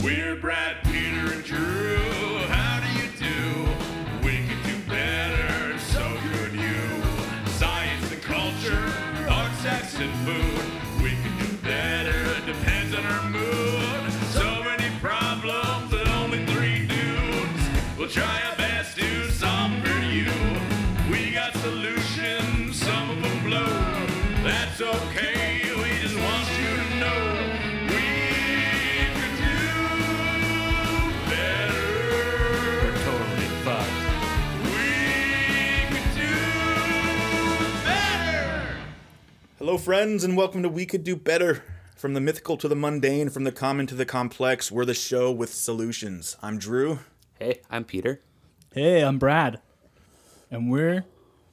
We're Brad, Peter, and Drew. How do you do? We could do better, so could you. Science and culture, art, sex, and food. We could do better, depends on our mood. So many problems that only three dudes will try our best to solve for you. We got solutions, some of them blow. That's okay, we just want you to know. we could do better. Totally fucked. We could do better. Hello, friends, and welcome to We Could Do Better. From the mythical to the mundane, from the common to the complex, we're the show with solutions. I'm Drew. Hey, I'm Peter. Hey, I'm Brad. And we're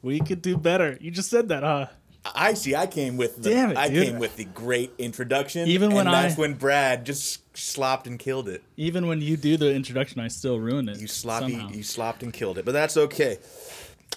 we could do better. You just said that, huh? I see. I came with the. Damn it, I dude. came with the great introduction. Even when and that's I- when Brad just slopped and killed it. Even when you do the introduction, I still ruin it. You sloppy. e- somehow. You slopped and killed it. But that's okay.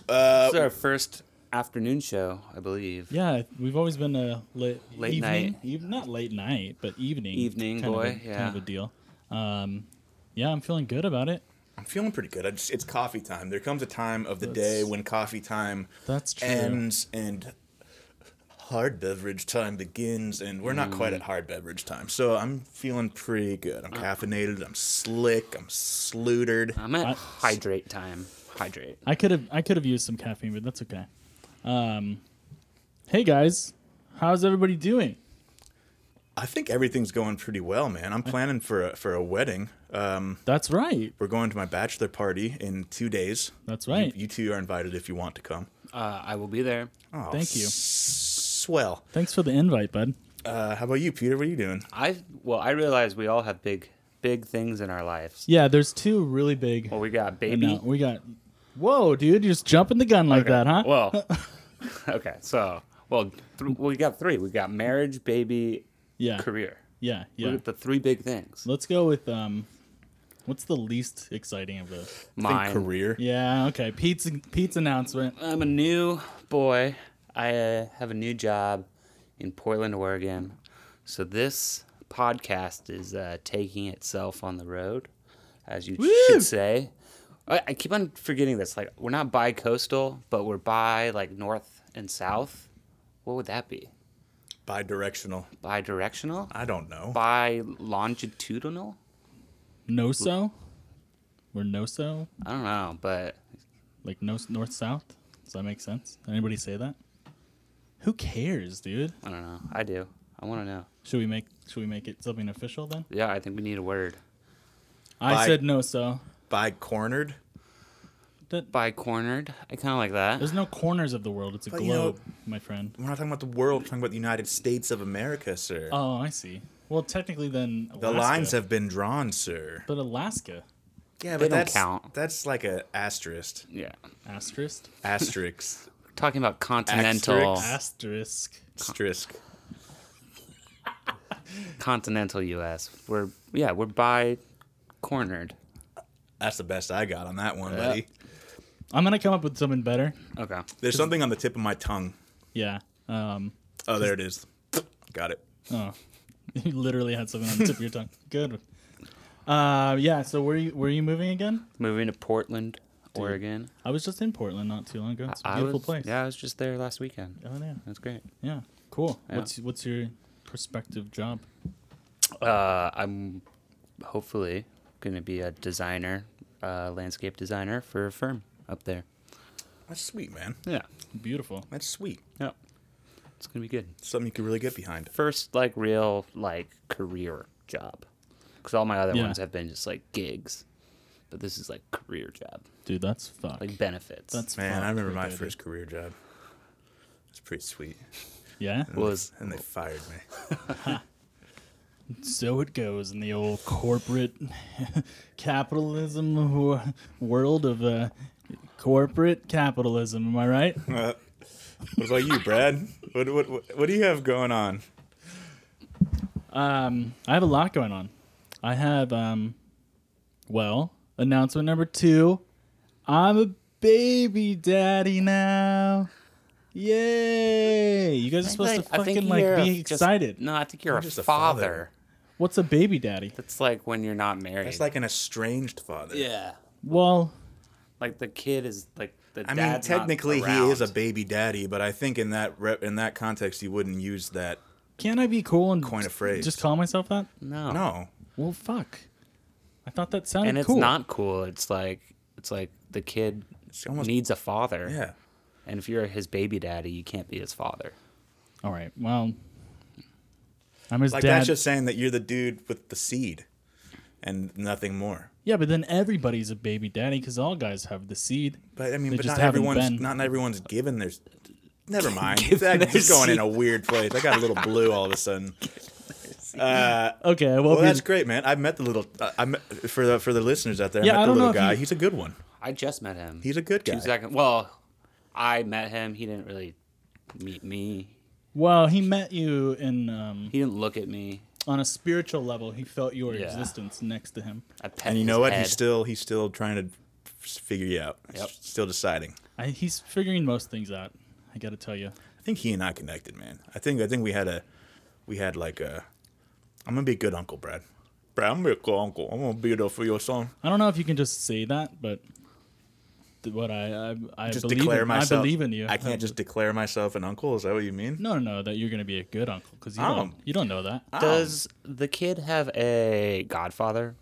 this is our first afternoon show, I believe. yeah, we've always been a late, Late evening, night. Even, not late night, but evening. Evening kind boy, of a, yeah. kind of a deal. Um, yeah, I'm feeling good about it. I'm feeling pretty good. I just, it's coffee time. There comes a time of the day when coffee time That's true. ends and hard beverage time begins. And we're not Mm. quite at hard beverage time. So I'm feeling pretty good. I'm Uh. caffeinated. I'm slick. I'm slutered. I'm at I- hydrate time. Uh, Hydrate. I could have I could have used some caffeine, but that's okay. Um, hey guys, how's everybody doing? I think everything's going pretty well, man. I'm planning for a, for a wedding. Um, That's right. we're going to my bachelor party in two days. That's right. You, you two are invited if you want to come. Uh, I will be there. Oh, Thank you. s- Swell. Thanks for the invite, bud. Uh, how about you, Peter? What are you doing? I well, I realize we all have big, big things in our lives. Yeah, there's two really big. Well, we got baby. No, we got. Whoa, dude! You're just jumping the gun like that, huh? Well, okay. So, well, th- we got three. We got marriage, baby, yeah, career. yeah, Look yeah. at the three big things. Let's go with um, what's the least exciting of those? Mine. Career. Yeah, okay. Pete's Pete's announcement. I'm a new boy. I uh, have a new job in Portland, Oregon. So this podcast is uh, taking itself on the road, as you Woo! should say. I, I keep on forgetting this. Like we're not bi-coastal, but we're bi like north and south. What would that be? Bi-directional. Bi-directional? I don't know. Bi-longitudinal? No so, we're no so I don't know, but like no north south. Does that make sense? Anybody say that? Who cares, dude? I don't know. I do. I want to know. Should we make Should we make it something official then? Yeah, I think we need a word. Bye. I said no so. By cornered. That, Bi-cornered? I kind of like that. there's no corners of the world. It's a But, you know- globe, my friend. We're not talking about the world. We're talking about the United States of America, sir. Oh, I see. Well, technically, then the Alaska. lines have been drawn, sir. But Alaska, Yeah, They but don't that's count. that's like a asterisk. Yeah. asterisk, Asterisk. Talking about continental Asterix. asterisk. asterisk. continental US. We're yeah, we're by cornered. That's the best I got on that one, buddy. I'm gonna come up with something better. Okay. There's something on the tip of my tongue. Yeah. Um. Oh, there it is. Got it. Oh, you literally had something on the tip of your tongue. Good. Uh. Yeah. So were you were you moving again? Moving to Portland, Oregon. I was just in Portland not too long ago. It's a I beautiful was- place. Yeah, I was just there last weekend. Oh yeah. That's great. Yeah. Cool. Yeah. What's what's your prospective job? Uh, I'm hopefully going to be a designer, uh, landscape designer for a firm up there. That's sweet, man. Yeah. Beautiful. That's sweet. Yeah. It's going to be good. Something you could really get behind. First like real like career job. Cuz all my other Yeah. ones have been just like gigs. But this is like career job, Dude, that's fuck. like benefits. that's Man, I fuck remember right my there, first career job. It's pretty sweet. dude. Yeah. was And they fired me. So it goes in the old corporate capitalism wo- world of uh, corporate capitalism. Am I right? What about you, Brad? What, what, what, what do you have going on? Um, I have a lot going on. I have, um, well, announcement number two. I'm a baby daddy now. Yay! You guys are supposed to I think fucking like you're a- be just- excited. no, I think you're a just father. a father. What's a baby daddy? That's like when you're not married. That's like an estranged father. yeah, Well, like the kid is like the. I mean, dad's not technically he is a around. baby daddy, but I think in that re- in that context, you wouldn't use that. can I be cool and Coin a phrase. Just call myself that? no, No, Well, fuck. I thought that sounded and it's cool. not cool. It's like it's like the kid It's almost- needs a father. yeah. and if you're his baby daddy, you can't be his father. All right. Well, I'm his Like dad. that's just saying that you're the dude with the seed, and nothing more. Yeah, but then everybody's a baby daddy because all guys have the seed. But I mean, They but just not haven't everyone's been. not everyone's given their. Never mind. Given That- their Just going in a weird place. I got a little blue all of a sudden. Okay, well, Well, be- that's great, man. I met the little. Uh, I met, for the for the listeners out there. Yeah, I met I the don't know little if guy. you- He's a good one. I just met him. He's a good guy. two second. Well, I met him. He didn't really meet me. well, he met you in um, He didn't look at me. on a spiritual level. He felt your Yeah. existence next to him. I pet And you his know what? Head. He's still he's still trying to f- figure you out. He's Yep. Still deciding. I, he's figuring most things out. I got to tell you. I think he and I connected, man. I think I think we had a we had like a. I'm gonna be a good uncle, Brad. Brad, I'm gonna be a good uncle. I'm gonna be there for your son. I don't know if you can just say that, but th- what I I, I Just believe declare in, myself. I believe in you. I can't just declare myself an uncle. Is that what you mean? No, no, no. That you're gonna be a good uncle because you Oh. don't you don't know that. Does the kid have a godfather?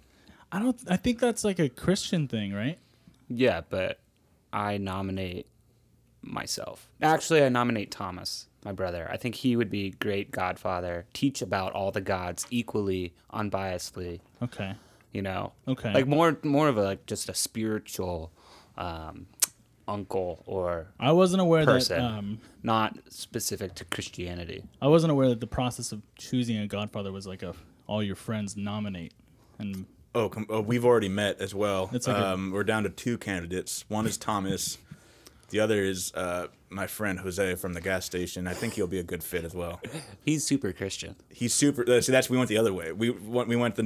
I don't. I think that's like a Christian thing, right? Yeah, but I nominate myself. Actually, I nominate Thomas, my brother. I think he would be great godfather. Teach about all the gods equally, unbiasedly, Okay. you know. Okay. Like more more of a like just a spiritual um uncle or I wasn't aware person, that um, not specific to Christianity. I wasn't aware that the process of choosing a godfather was like a all your friends nominate, and Oh, com- oh we've already met as well. That's okay. um, We're down to two candidates. One is Thomas. The other is uh, my friend Jose from the gas station. I think he'll be a good fit as well. He's super Christian. He's super. Uh, see, that's we went the other way. We went, we went the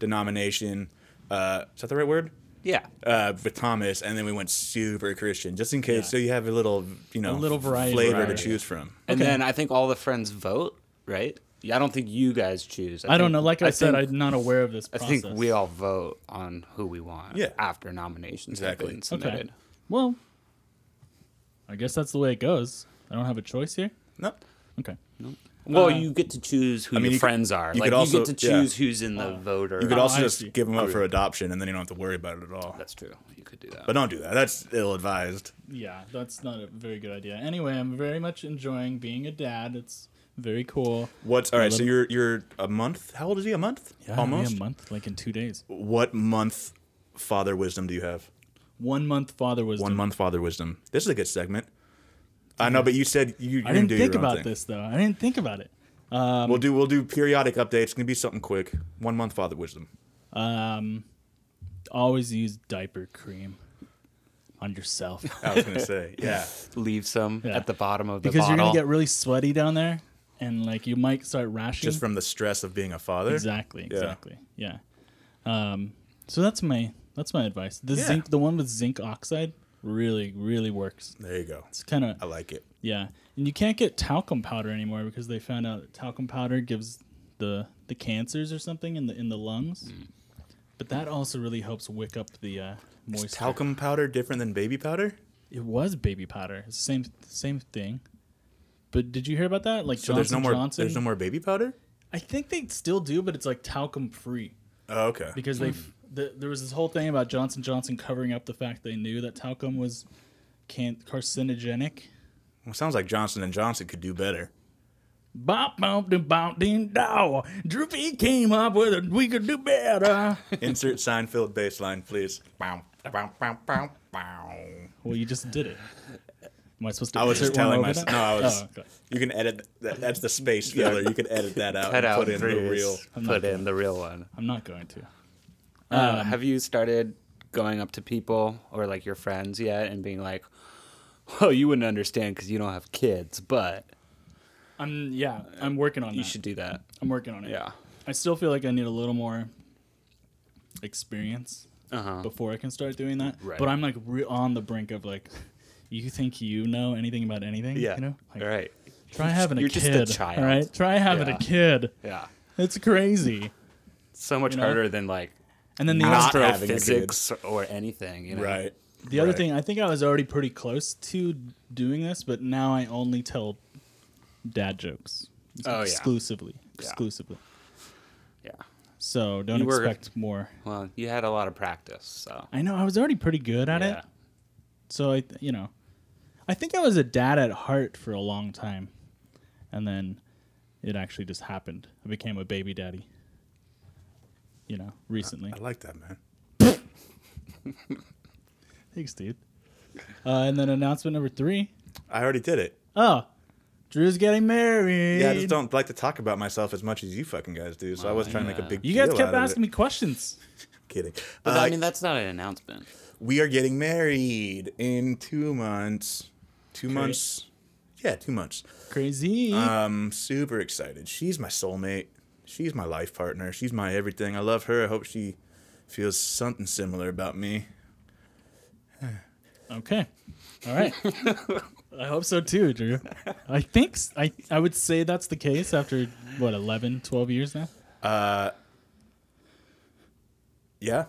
non-denomination. Uh, is that the right word? Yeah. Uh, with Thomas, and then we went super Christian, just in case. So you have a little, you know, little variety. flavor to Variety. choose from. And Okay. then I think all the friends vote, right? Yeah, I don't think you guys choose. I don't know. Like I, said, think- I'm not aware of this. I Process. think we all vote on who we want Yeah. after nominations Exactly. have been Okay. submitted. Well, I guess that's the way it goes. I don't have a choice here. No, Okay. Well, Uh, you get to choose who mean, your you could- friends are. you like could Um, you also- get to yeah. choose who's in the voter. you could Oh, also I just see. give them up for adoption, and then you don't have to worry about it at all. That's true. You could do that. But don't do that. That's ill-advised. Yeah, that's not a very good idea. Anyway, I'm very much enjoying being a dad. It's very cool. What's all right? So little- you're you're a month. How old is he? A month? Yeah, it'll be Almost. a month, like in two days. What month father wisdom do you have? One month father was. One month father wisdom. This is a good segment. I know, but you said you. You're I didn't gonna do think your own about thing. this Um, though. I didn't think about it. we'll do we'll do periodic updates. It's gonna be something quick. One month father wisdom. Always use diaper cream on yourself I was gonna say yeah. Leave some Yeah. at the bottom of the because you're bottle. gonna get really sweaty down there, and like you might start rashing. Just from the stress of being a father. exactly, exactly, yeah. Um, so that's my that's my advice. The Yeah. zinc, the one with zinc oxide, really really works. There you go. It's kind of I like it. Yeah, and you can't get talcum powder anymore because they found out that talcum powder gives the the cancers or something in the in the lungs. Mm. But that also really helps wick up the uh, moisture. Is talcum powder different than baby powder? it was baby powder. It's the same same thing. But did you hear about that? Like So Johnson there's no more. Johnson. There's no more baby powder. I think they still do, but it's like talcum free Oh, okay. because they the, there was this whole thing about Johnson Johnson covering up the fact they knew that talcum was can- carcinogenic. Well, sounds like Johnson and Johnson could do better. Bop, bop, ding, bop, ding, dow. Droopy came up with it. We could do better. Insert Seinfeld bass line, please. Bow, bow, bow, bow, bow. well, you just did it. Am I supposed to? I was just insert one telling over myself- that? no, I was- Oh, okay. You can edit that. That's the space filler. You can edit that out. cut and out put in the real. Put in the real one. I'm not going to. Um, Uh, have you started going up to people or like your friends yet and being like, "Well, you wouldn't understand because you don't have kids, but I'm yeah. Uh, I'm working on. you that. should do that." I'm working on it. Yeah. I still feel like I need a little more experience Uh huh. before I can start doing that. Right. But I'm like re- on the brink of like, you think you know anything about anything? Yeah. You know. Like, All right. Try having a You're kid. just a child. All right. Try having Yeah. a kid. Yeah. It's crazy. So much You know? harder than like And then the Not other, having a kid. astrophysics or anything. You know? Right. the other right. thing, I think I was already pretty close to doing this, but now I only tell dad jokes Oh, yeah. exclusively, exclusively. Yeah. So don't You were- expect more. Well, you had a lot of practice, so I know I was already pretty good at yeah. it. So I, th- you know, I think I was a dad at heart for a long time, and then it actually just happened. I became a baby daddy. You know, recently. Uh, I like that, man. Thanks, dude. Uh, and then announcement number three. I already did it. Oh, Drew's getting married. Yeah, I just don't like to talk about myself as much as you fucking guys do. So I was trying to make a big. You guys deal kept out of asking it. me questions. Kidding. But Uh, I mean, that's not an announcement. we are getting married in two months. Two months. Yeah, two months. Crazy. I'm super excited. She's my soulmate. She's my life partner. She's my everything. I love her. I hope she feels something similar about me. okay. All right. I hope so too, Drew. I think s- I, I would say that's the case after what 11, 12 years now. Yeah.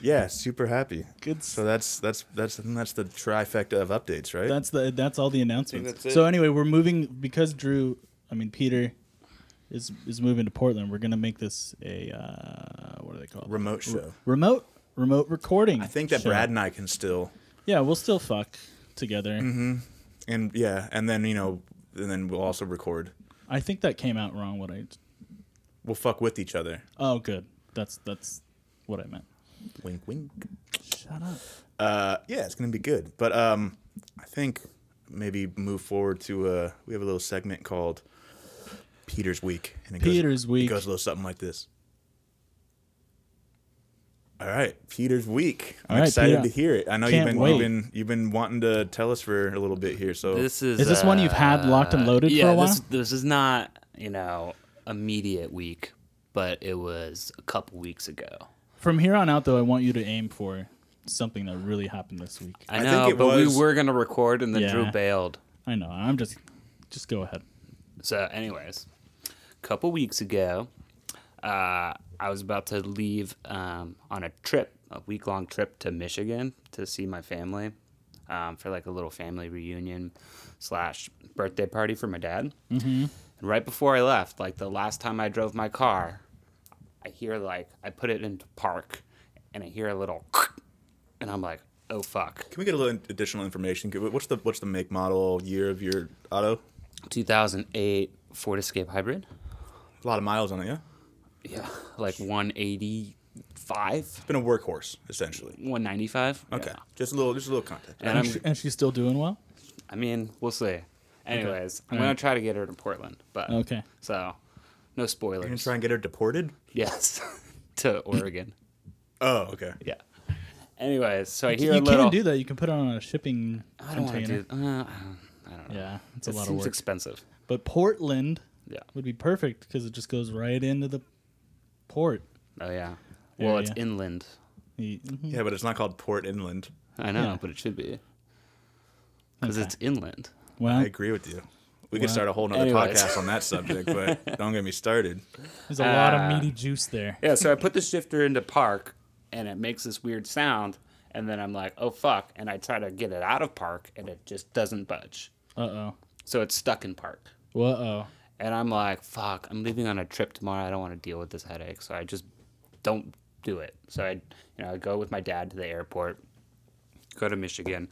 yeah, super happy. Good So that's that's that's I think that's the trifecta of updates, right? That's the that's all the announcements. that's it. So anyway, we're moving because Drew, I mean Peter, is is moving to Portland. We're gonna make this a uh, what are they called? Remote show. remote remote recording. I think that Brad and I can still Yeah, we'll still fuck together. and yeah, and then you know, and then we'll also record. I think that came out wrong. What I We'll fuck with each other. oh good. That's that's what I meant. Wink, wink. Shut up. Uh, yeah, it's gonna be good. But um, I think maybe move forward to uh, we have a little segment called Peter's Week, and it Peter's goes, Week. It goes a little something like this. All right, Peter's Week. I'm All right, excited Peter. to hear it. I know you've Can't been wait. you've been you've been wanting to tell us for a little bit here. So This is uh, Is this one you've had locked and loaded yeah, for a while? This, this is not you know immediate week, but it was a couple weeks ago. From here on out, though, I want you to aim for something that really happened this week. I, I know, think it but was- we were gonna record and then Yeah. Drew bailed. I know. I'm just just go ahead. So, anyways, a couple weeks ago, uh, I was about to leave um, on a trip, a week long trip to Michigan to see my family um, for like a little family reunion slash birthday party for my dad. Mm-hmm. And right before I left, like the last time I drove my car, I hear like I put it into park, and I hear a little, and I'm like, oh fuck. can we get a little additional information? Could- What's the what's the make, model, year of your auto? 2008 Ford Escape Hybrid. A lot of miles on it, yeah. Yeah, like 185. It's been a workhorse essentially. 195. Okay, Yeah. just a little just a little context. And And, I'm, she, and she's still doing well. I mean, we'll see. Anyways, I'm All gonna right. try to get her to Portland, but Okay. So, no You're gonna spoilers. try and get her deported? yes, to Oregon. Oh, okay. yeah. Anyways, so I hear You a little. can do that. You can put it on a shipping I don't want to container. do. Uh, I don't know. Yeah, it's a It lot of seems work. expensive. but Portland Yeah. would be perfect because it just goes right into the port. Oh yeah. Well, it's Area. inland. Y- mhm. Yeah, but it's not called Port Inland. I know, Yeah. but it should be because Okay. it's inland. Well, I agree with you. We could start a whole nother Anyways. podcast on that subject, but don't get me started. there's a lot of Ah. meaty juice there. Yeah, so I put the shifter into park and it makes this weird sound and then I'm like, "Oh fuck." And I try to get it out of park and it just doesn't budge. Uh oh. So it's stuck in park. Uh oh. And I'm like, "Fuck, I'm leaving on a trip tomorrow. I don't want to deal with this headache." So I just don't do it. So I, you know, I go with my dad to the airport, go to Michigan.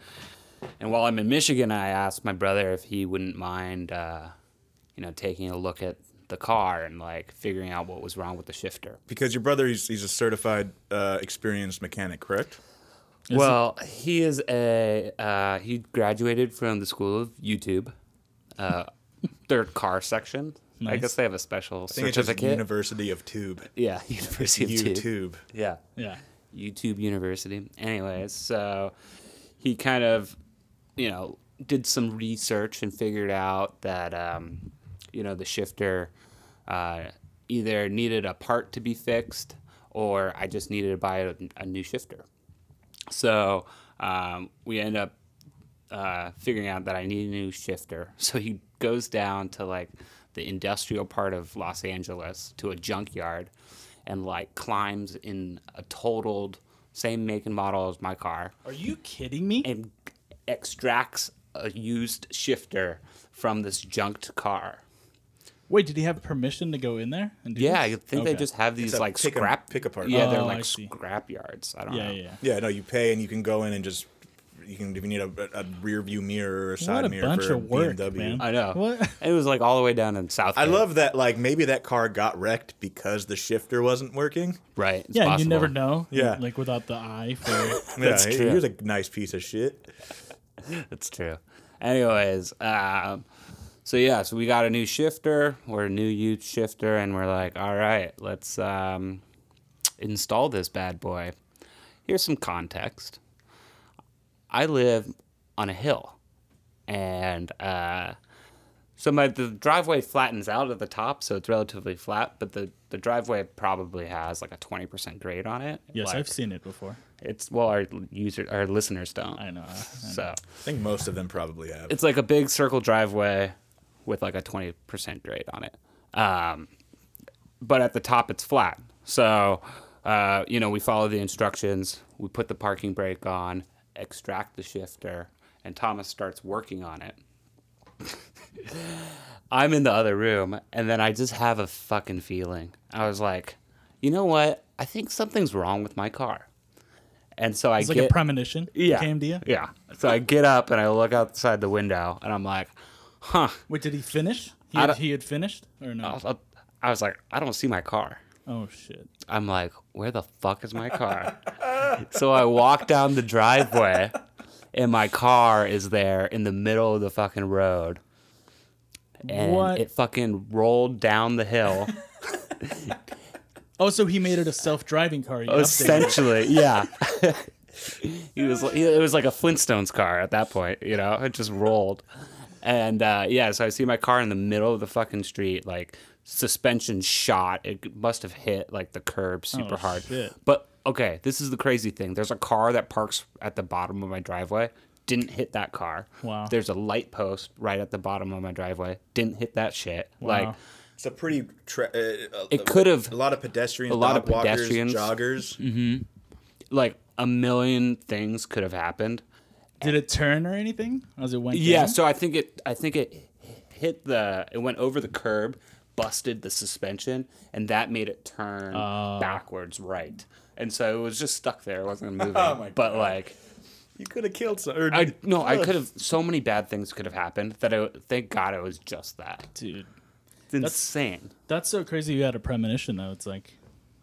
And while I'm in Michigan, I asked my brother if he wouldn't mind uh, you know, taking a look at the car and like figuring out what was wrong with the shifter. Because your brother, he's, he's a certified, uh, experienced mechanic, correct? well, he is a uh, he graduated from the school of YouTube, uh, their car section. I Nice. guess they have a special I think it's just certificate. University of Tube. yeah, University of Tube. YouTube. Yeah, Yeah. YouTube University. Anyways, so he kind of, you know, did some research and figured out that, um, you know, the shifter uh, either needed a part to be fixed or I just needed to buy a, a new shifter. So um, we end up uh, figuring out that I need a new shifter. So he goes down to like the industrial part of Los Angeles to a junkyard and like climbs in a totaled same make and model as my car Are you kidding me? and extracts a used shifter from this junked car. Wait, did he have permission to go in there? And do Yeah, this? I think they Okay. just have these It's a like pick 'em- scrap pick apart. Yeah, they're Oh, like I see. scrap yards. I don't Yeah, know. yeah. yeah. Yeah, no, you pay and you can go in and just you can if you need a, a rear view mirror or a side What a mirror bunch for of work, BMW. man. I know. What? It was like all the way down in South. I love that. Like maybe that car got wrecked because the shifter wasn't working. Right. it's Yeah, you possible. never know. Yeah. like without the eye for. That's yeah, true. uh, Here's a nice piece of shit. That's true. Anyways, um, so yeah, so we got a new shifter. We're a new youth shifter, and we're like, all right, let's um, install this bad boy. Here's some context. I live on a hill, and uh, so my the driveway flattens out at the top, so it's relatively flat. But the the driveway probably has like a twenty percent grade on it. yes, Like, I've seen it before. it's well, our user our listeners don't. I know. I, I know. So. I think most of them probably have. it's like a big circle driveway with like a 20% grade on it. Um, but at the top, it's flat. So, uh, you know, we follow the instructions, we put the parking brake on, extract the shifter, and Thomas starts working on it. I'm in the other room, and then I just have a fucking feeling. I was like, you know what? I think something's wrong with my car. And so I It's like get a premonition. yeah. Came to you. Yeah. So I get up and I look outside the window and I'm like, huh. Wait, did he finish? He I had, don't- he had finished or I no? was, I was like, I don't see my car. Oh shit! I'm like, where the fuck is my car? so I walk down the driveway and my car is there in the middle of the fucking road. And What? it fucking rolled down the hill. Oh, so he made it a self-driving car. Oh, He updated it. essentially, yeah. he was li- it was like a Flintstones car at that point, you know. It just rolled, and uh, yeah. So I see my car in the middle of the fucking street, like suspension shot. It must have hit like the curb super Oh, hard. shit. But okay, this is the crazy thing. There's a car that parks at the bottom of my driveway. Didn't hit that car. Wow. There's a light post right at the bottom of my driveway. Didn't hit that shit. Like Wow. It's a pretty. Tra- uh, It could've- A lot of pedestrians. a lot dog of pedestrians. Walkers, joggers. like a million things could have happened. Did it turn or anything as it went? Yeah, down? so I think it I think it hit the it went over the curb, busted the suspension, and that made it turn backwards right. And so it was just stuck there. It wasn't moving. but like You could have killed some. Or, I no, I could have so many bad things could have happened that I thank God it was just that. dude, It's insane. that's so crazy. You had a premonition though. It's like,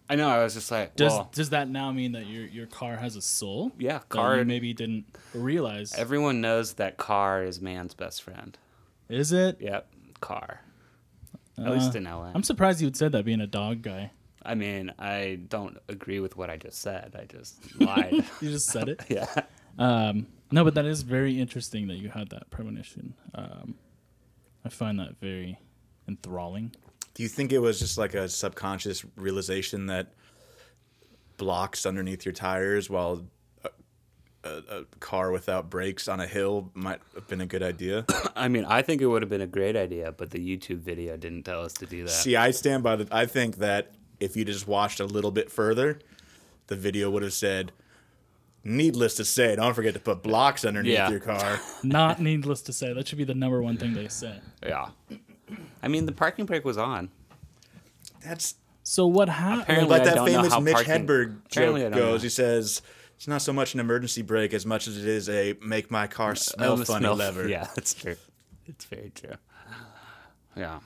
I know I was just like does well, does that now mean that your your car has a soul? Yeah, That car- You maybe didn't realize. everyone knows that car is man's best friend. Is it? Yep, car. At least in LA. I'm surprised you had said that being a dog guy. I mean, I don't agree with what I just said. I just lied. You just said it. yeah. No, but that is very interesting that you had that premonition. Um, I find that very enthralling. Do you think it was just like a subconscious realization that blocks underneath your tires while a, a, a car without brakes on a hill might have been a good idea? I mean, I think it would have been a great idea, but the YouTube video didn't tell us to do that. See, I stand by the. I think that if you just watched a little bit further, the video would have said, "Needless to say, don't forget to put blocks underneath Yeah. your car." Not needless to say, that should be the number one thing they say. yeah. I mean, the parking brake was on. That's So what happened? Apparently- like I that don't know famous how Mitch parking- Hedberg Apparently I joke don't know. goes. He says, "It's not so much an emergency brake as much as it is a make my car smell Um, funny smell- lever." Yeah, that's true. It's very true. Yeah.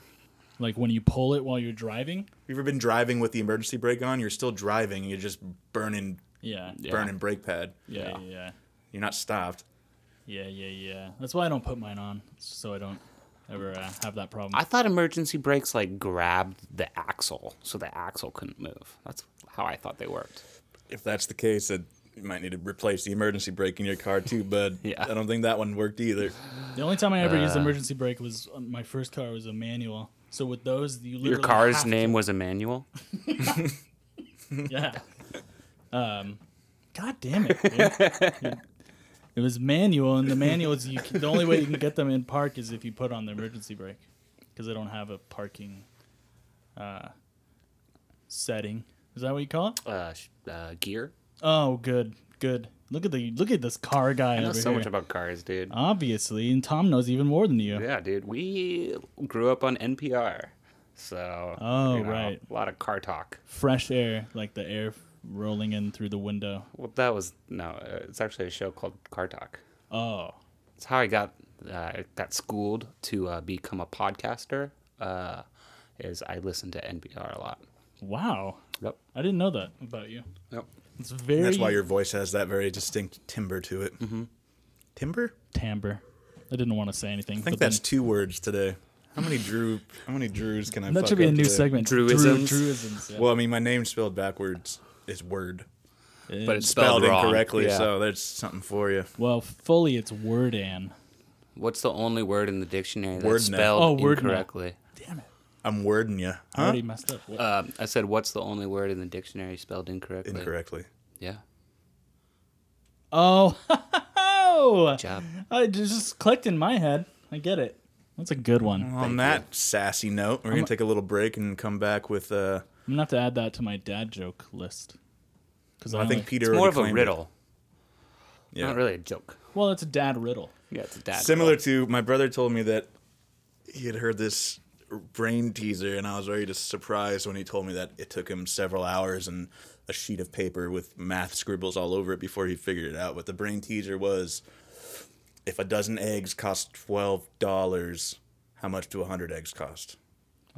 Like when you pull it while you're driving. You ever been driving with the emergency brake on? You're still driving. You're just burning, Yeah. Yeah. burning brake pad. Yeah. Yeah. Yeah. You're not stopped. Yeah. Yeah. yeah. That's why I don't put mine on, so I don't ever uh, have that problem. I thought emergency brakes like grabbed the axle, so the axle couldn't move. That's how I thought they worked. If that's the case, then you might need to replace the emergency brake in your car too. But Yeah. I don't think that one worked either. the only time I ever Uh. used emergency brake was on my first car was a manual. So with those, you literally Your car's have to- name was Emmanuel. Yeah. Um, God damn it. dude. it was manual, and the manual is you, can- the only way you can get them in park is if you put on the emergency brake. because they don't have a parking uh, setting. Is that what you call it? Uh, sh- uh, gear. Oh, good, good. Look at the look at this car guy I know over so here. Uh. much about cars, dude. Obviously, and Tom knows even more than you. Yeah, dude. We grew up on NPR, so Oh, right. a lot of car talk. Fresh air, like the air rolling in through the window. Well, that was no. uh, It's actually a show called Car Talk. Oh, It's how I got uh, got schooled to uh, become a podcaster. Uh, is I listened to NPR a lot. wow! Yep. I didn't know that about you. Yep. It's very That's why your voice has that very distinct timbre to it. Mm-hmm. Timbre? timbre. I didn't want to say anything. I think but that's two words today. How many Drew? How many Drews can I? then, that fuck should be a up new today? segment. Druisms. Dru- druisms. yeah. Well, I mean, my name spelled backwards is word. But it's Spelled, spelled, wrong. incorrectly, Yeah. so that's something for you. Well, fully it's word and. What's the only word in the dictionary that's Word now. spelled Oh, word now. incorrectly? Damn it! I'm wording you, I huh? already messed up. What- Um, I said, what's the only word in the dictionary spelled incorrectly? Incorrectly. Yeah. oh, Job. I it just clicked in my head. I get it. That's a good one. I'm On that sassy note, we're gonna take a little break and come back with. Uh, gonna have to add that to my dad joke list. Because I think Peter. It's more already of a claimed it. riddle, Yeah. not really a joke. Well, it's a dad riddle. Yeah, it's a dad. Similar to my brother told me that he had heard this brain teaser, and I was very just surprised when he told me that it took him several hours and a sheet of paper with math scribbles all over it before he figured it out. But the brain teaser was if a dozen eggs cost twelve dollars, how much do a hundred eggs cost?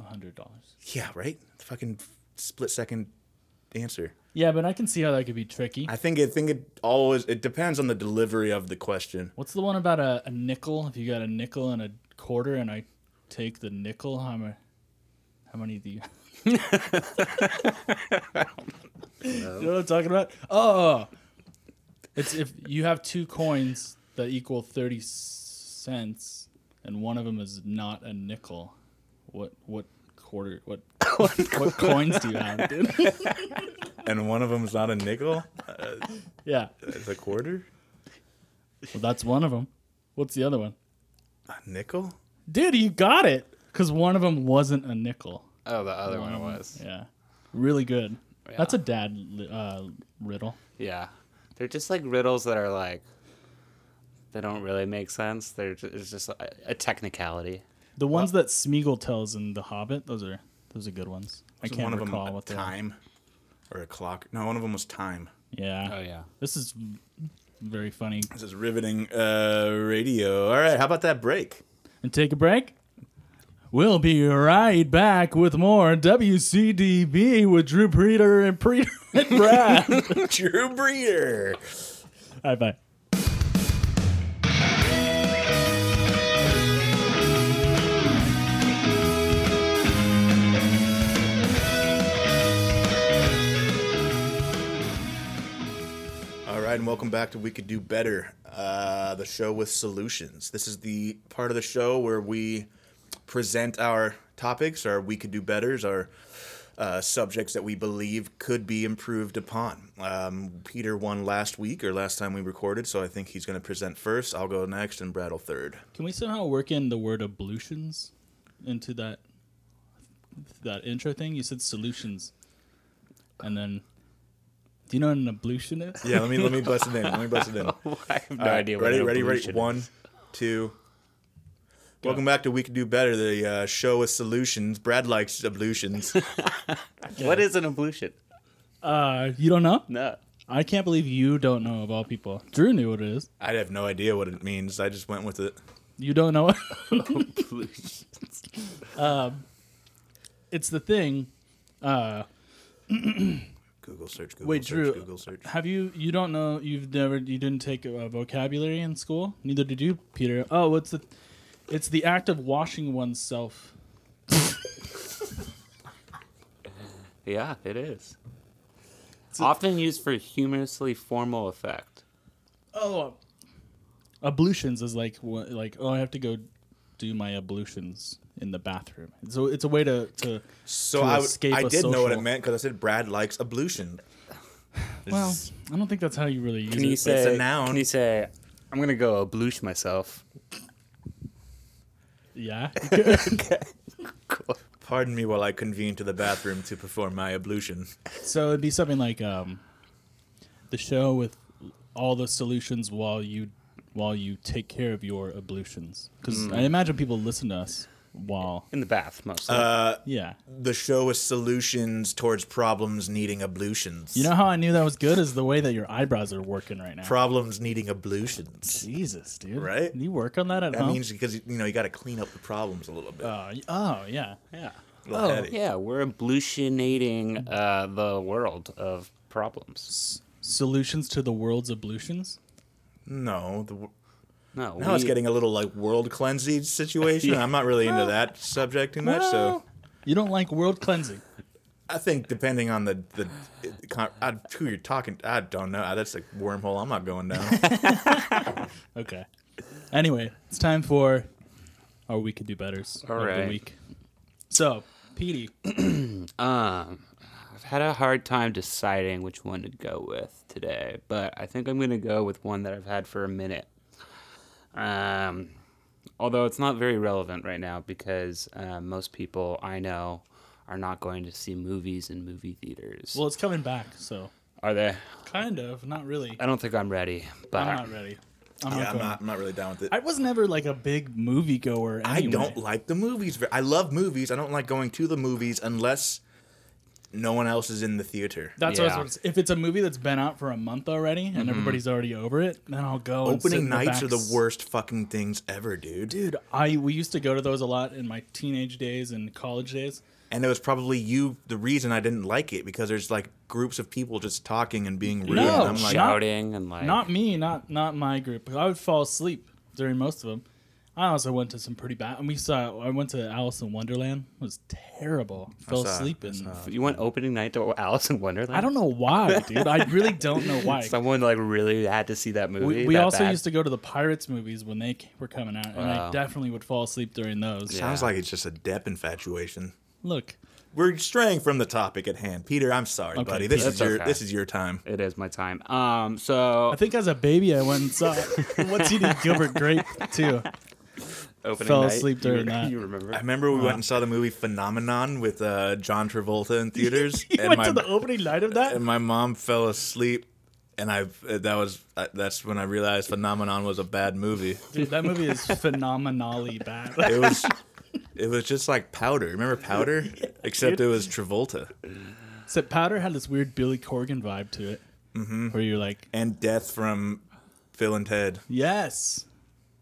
A hundred dollars. Yeah, right. Fucking split second answer. Yeah, but I can see how that could be tricky. I think I think it always it depends on the delivery of the question. What's the one about a, a nickel? If you got a nickel and a quarter, and I take the nickel, how many? How many do you? You know what I'm talking about? Oh, it's if you have two coins that equal thirty cents, and one of them is not a nickel. What what quarter? What what coins do you have, dude? And one of them is not a nickel; uh, yeah, it's a quarter. well that's one of them. What's the other one, A nickel? dude? You got it because one of them wasn't a nickel. Oh, the other one Um, was. Yeah. Really good. That's a Yeah. dad li- uh, riddle. Yeah. They're just like riddles that are like they don't really make sense. They're just, it's just a, a technicality. The ones that Smeagol tells in The Hobbit, those are those are good ones. I Wasn't one can't of recall them a what they are. time or a clock. No, one of them was time. Yeah. Oh, Oh, yeah. This is v- very funny. This is riveting uh, radio. All right, how about that break? And take a break. We'll be right back with more WCDB with Drew Preeter and Preeter and Brad. Drew Breeder. All right, bye. All right, and welcome back to We Could Do Better, uh, the show with solutions. This is the part of the show where we present our topics, our We Could Do Betters, our uh, subjects that we believe could be improved upon. Um, Peter won last week or last time we recorded, so I think he's going to present first. I'll go next, and Brad will third. Can we somehow work in the word ablutions into that that intro thing? You said solutions, and then do you know what an ablution is? Yeah, let me let me bust it in. Let me bust it in. All I have no right, idea what ready, an ready, ready. ablution One, is. two. Welcome back to We Could Do Better, the uh, show with solutions. Brad likes ablutions. What is an ablution? Uh, you don't know? No. I can't believe you don't know of all people. Drew knew what it is. I have no idea what it means. I just went with it. You don't know it. Ablution. it's the thing. Google search. Google Wait, search, Drew, uh, Google search. have you? You don't know? You've never? You didn't take uh, vocabulary in school? Neither did you, Peter. Oh, what's the? It's the act of washing oneself. Yeah, it is. Often used for humorously formal effect. Oh, ablutions is like wha- like oh, I have to go do my ablutions in the bathroom. So it's a way to to So to I, w- escape I a did know what it social- meant because I said Brad likes ablution. well. I don't think that's how you really use Can you it. say? noun. Can you say? I'm gonna go ablution myself. Yeah. Pardon me while I convene to the bathroom to perform my ablution. so it'd be something like um, the show with all the solutions while you while you take care of your ablutions. Because I imagine people listen to us while in the bath mostly. Uh, yeah. The show is solutions towards problems needing ablutions. You know how I knew that was good is the way that your eyebrows are working right now. problems needing ablutions. Jesus, dude. Right? You work on that at That home. means because you know you got to clean up the problems a little bit. oh, y- oh yeah, oh, yeah. A Oh, little heady. yeah, we're ablutionating uh, the world of problems. Solutions to the world's ablutions. No, the, w- No, now it's we- getting a little like world cleansing situation. I'm not really into that subject too much. So You don't like world cleansing. I think depending on the the it- con- I, who you're talking, I don't know. That's a wormhole. I'm not going down. Okay. Anyway, it's time for our we could do betters All of the right. week. So, Petey, Um, I've had a hard time deciding which one to go with today, but I think I'm gonna go with one that I've had for a minute. Um, although it's not very relevant right now because uh, most people I know are not going to see movies in movie theaters. well, it's coming back, so are they? kind of, not really. I don't think I'm ready. But I'm not ready. I'm Yeah, not I'm going. not. I'm not really down with it. I was never like a big movie goer. Anyway. I don't like the movies. ver- I love movies. I don't like going to the movies unless no one else is in the theater. That's what I Yeah. was, if it's a movie that's been out for a month already and everybody's already over it, then I'll go. and sit Opening in the nights back are the s- worst fucking things ever, dude. Dude, I we used to go to those a lot in my teenage days and college days. And it was probably you the reason I didn't like it because there's like groups of people just talking and being rude. No, and I'm like, shut- shouting and like Not me, not not my group. I would fall asleep during most of them. I also went to some pretty bad. And we saw. I went to Alice in Wonderland. It was terrible. Fell saw it. asleep I and You want opening night to Alice in Wonderland? I don't know why, dude. I really don't know why. Someone like really had to see that movie. we we that also bad? used to go to the Pirates movies when they ca- were coming out, and I Wow. definitely would fall asleep during those. Yeah. sounds like it's just a dep infatuation. Look, We're straying from the topic at hand, Peter. I'm sorry, buddy. This Peter. is That's your okay. this is your time. It is my time. Um, so I think as a baby, I went and saw What's Eating Gilbert Grape too. opening Fell night. asleep You re- during that. You remember? I remember Uh-huh. we went and saw the movie Phenomenon with uh, John Travolta in theaters, You and went my to the opening night of that. and my mom fell asleep, and I uh, that was uh, that's when I realized Phenomenon was a bad movie. Dude, that movie is phenomenally bad. It was. It was just like powder. Remember powder? Except it was Travolta. Except Powder had this weird Billy Corgan vibe to it, mm-hmm. where you're like, and death from Phil and Ted. yes,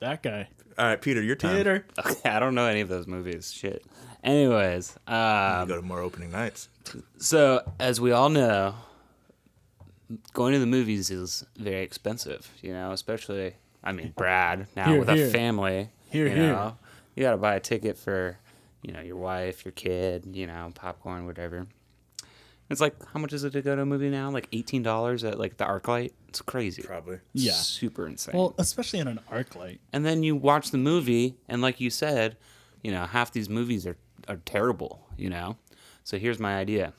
that guy. Um, All right, Peter, your time. Peter, Okay, I don't know any of those movies. Shit. Anyways, um, I'll go to more opening nights. so as we all know, going to the movies is very expensive. You know, especially I mean Brad now Here, with here. a family. Here, you here. know, you got to buy a ticket for you know your wife, your kid, you know, popcorn, whatever. It's like how much is it to go to a movie now? Like eighteen dollars at like the ArcLight. It's crazy. Probably. Yeah. super insane. Well, especially in an arc light. and then you watch the movie and like you said you know half these movies are, are terrible you know so here's my idea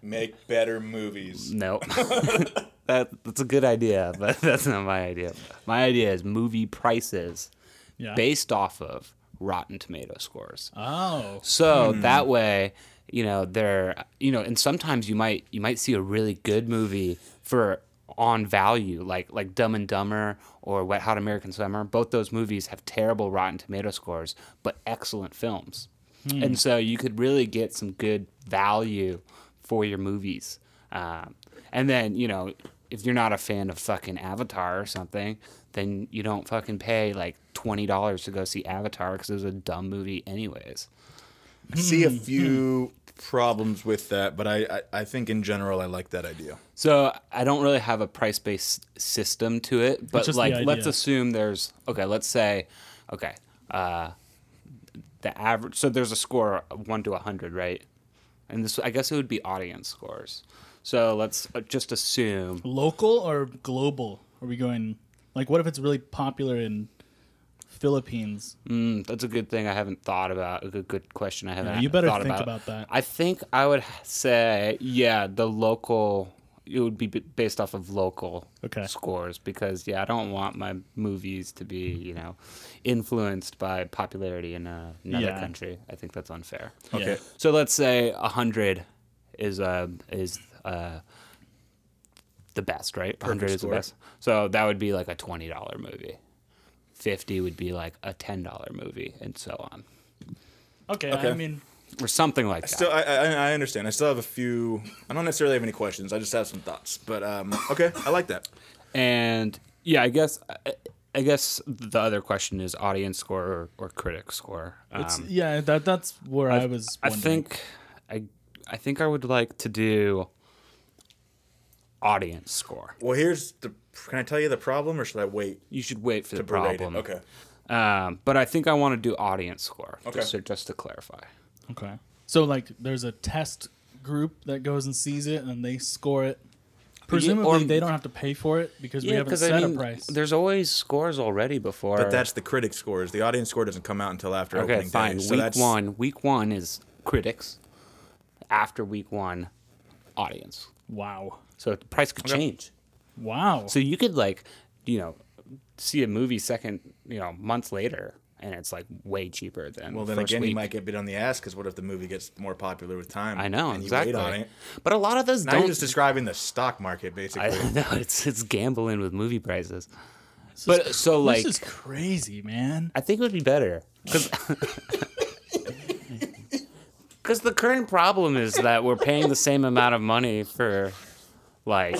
Make better movies. no that, that's a good idea but that's not my idea my idea is movie prices Yeah. based off of rotten tomato scores oh, so that way you know they're you know and sometimes you might you might see a really good movie for on value like like dumb and dumber or wet hot american summer both those movies have terrible rotten tomato scores but excellent films and so you could really get some good value for your movies um, and then you know if you're not a fan of fucking avatar or something then you don't fucking pay like $20 to go see avatar because it was a dumb movie anyways I see a few problems with that, but I, I, I think in general I like that idea. So I don't really have a price based system to it, but just the like let's idea. assume there's okay. Let's say okay, uh, the average. So there's a score of one to hundred, right? And this, I guess, it would be audience scores. So let's uh, just assume local or global? Are we going? Like, what if it's really popular in Philippines? Mm, that's a good thing I haven't thought about. A good, good question I haven't. you better thought think about. about that. I think I would say yeah, the local it would be b- based off of local Okay. scores because yeah, I don't want my movies to be you know influenced by popularity in uh, another Yeah. country. I think that's unfair. Okay. So let's say hundred is uh, is uh, the best, right? Hundred is the score. best. So that would be like a twenty dollar movie. Fifty would be like a ten dollar movie, and so on, Okay, I Okay. mean, or something like that. Still, I, I I understand. I still have a few. I don't necessarily have any questions. I just have some thoughts. But um, okay, I like that. and yeah, I guess I, I guess the other question is audience score or, or critic score. it's, Um, yeah, that that's where I was. I wondering. think I I think I would like to do audience score. Well, here's the. Can I tell you the problem, or should I wait? You should wait for the berate it? problem. Okay. Um, but I think I want to do audience score. Okay. Just, to- just to clarify. Okay. So like, there's a test group that goes and sees it, and they score it. Presumably, or- they don't have to pay for it because we haven't set a price. there's always scores already before. But that's the critic scores. The audience score doesn't come out until after Uh, okay. opening Fine. day. So week that's, one. Week one is critics. After week one, audience. Wow. So the price could change. Wow. So you could like, you know, see a movie second, you know, months later, and it's like way cheaper than. Well, then first again, week. you might get bit on the ass because what if the movie gets more popular with time? I know and exactly. You wait on it. But a lot of those Now don't. you're just describing the stock market, I basically. know it's it's gambling with movie prices. but so this like, is crazy, man. I think it would be better because. Because the current problem is that we're paying the same amount of money for, like,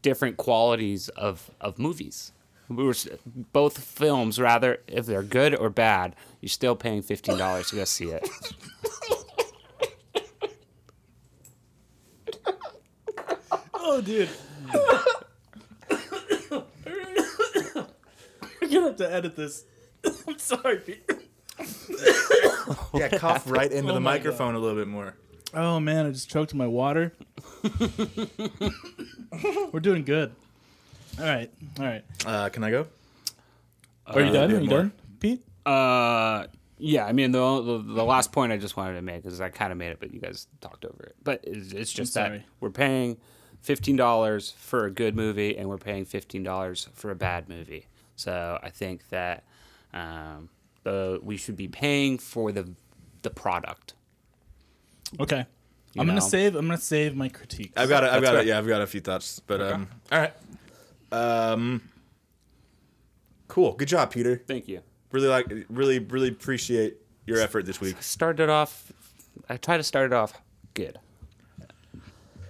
different qualities of, of movies. We were s- both films, rather if they're good or bad, you're still paying fifteen dollars to go see it. Oh, dude. We're gonna have to edit this. I'm sorry. Pete. yeah, cough right into Oh the my microphone a little bit more. Oh man, I just choked on my water. We're doing good. All right, all right. Uh, can I go? Are you Uh, done? do Are you more. done, Pete? Uh, yeah. I mean, the, the the last point I just wanted to make is I kind of made it, but you guys talked over it. But it's, it's just that sorry. we're paying fifteen dollars for a good movie, and we're paying fifteen dollars for a bad movie. So I think that um, the we should be paying for the the product. Okay. You I'm know. gonna save. I'm gonna save my critiques. I've got it. I've That's got it. right. Yeah, I've got a few thoughts. But um, all right. Um, cool. Good job, Peter. Thank you. Really like. Really, really appreciate your effort this week. Started off. I try to start it off good.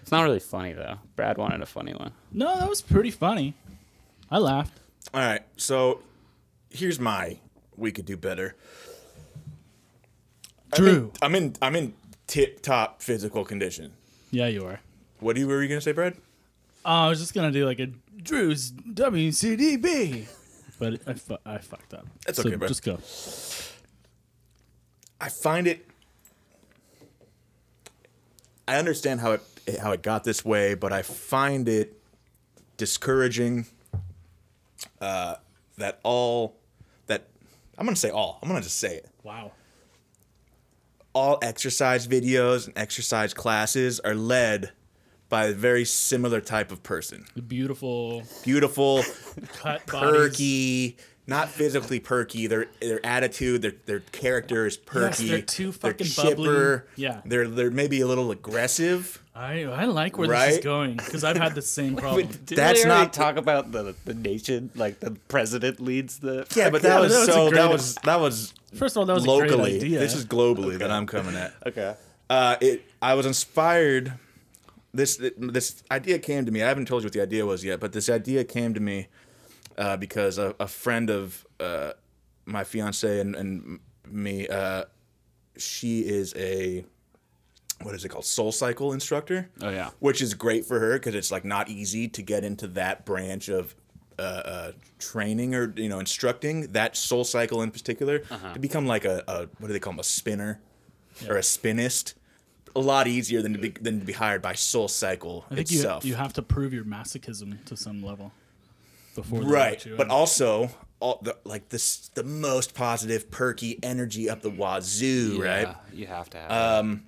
It's not really funny though. Brad wanted a funny one. No, that was pretty funny. I laughed. All right. So here's my. We could do better. Drew. I'm in. I'm in tip top physical condition. Yeah, you are. What do you, were you gonna say, Brad? Oh, I was just gonna do like a Drew's WCDB, but I, fu- I fucked up. That's So okay, bro. Just go. I find it. I understand how it how it got this way, but I find it discouraging uh, that all that I'm gonna say all I'm gonna just say it Wow. all exercise videos and exercise classes are led by a very similar type of person. The beautiful Beautiful, cut bodies. perky, not physically perky. Their their attitude, their their character is perky. they're too fucking bubbly. chipper. Yeah. they're they're maybe a little aggressive. I I like where this Right? is going because I've had the same problem. That's not talk about the the nation like the president leads the. yeah, but Yeah, that was that was a so great- that was that was First of all, that was a locally. great idea. This is globally that I'm coming at. Okay. Uh, it I was inspired. This this idea came to me. I haven't told you what the idea was yet, but this idea came to me uh, because a, a friend of uh, my fiance and, and me, uh, she is a what is it called Soul Cycle instructor. Oh, yeah. which is great for her because it's like not easy to get into that branch of. Uh, uh, training or you know instructing that soul cycle in particular Uh-huh. to become like a, a what do they call them a spinner or a spinist a lot easier than to be than to be hired by soul cycle I think you, itself you have to prove your masochism to some level before they let right you but in. also all the like this the most positive perky energy up the wazoo right Uh, You have to have.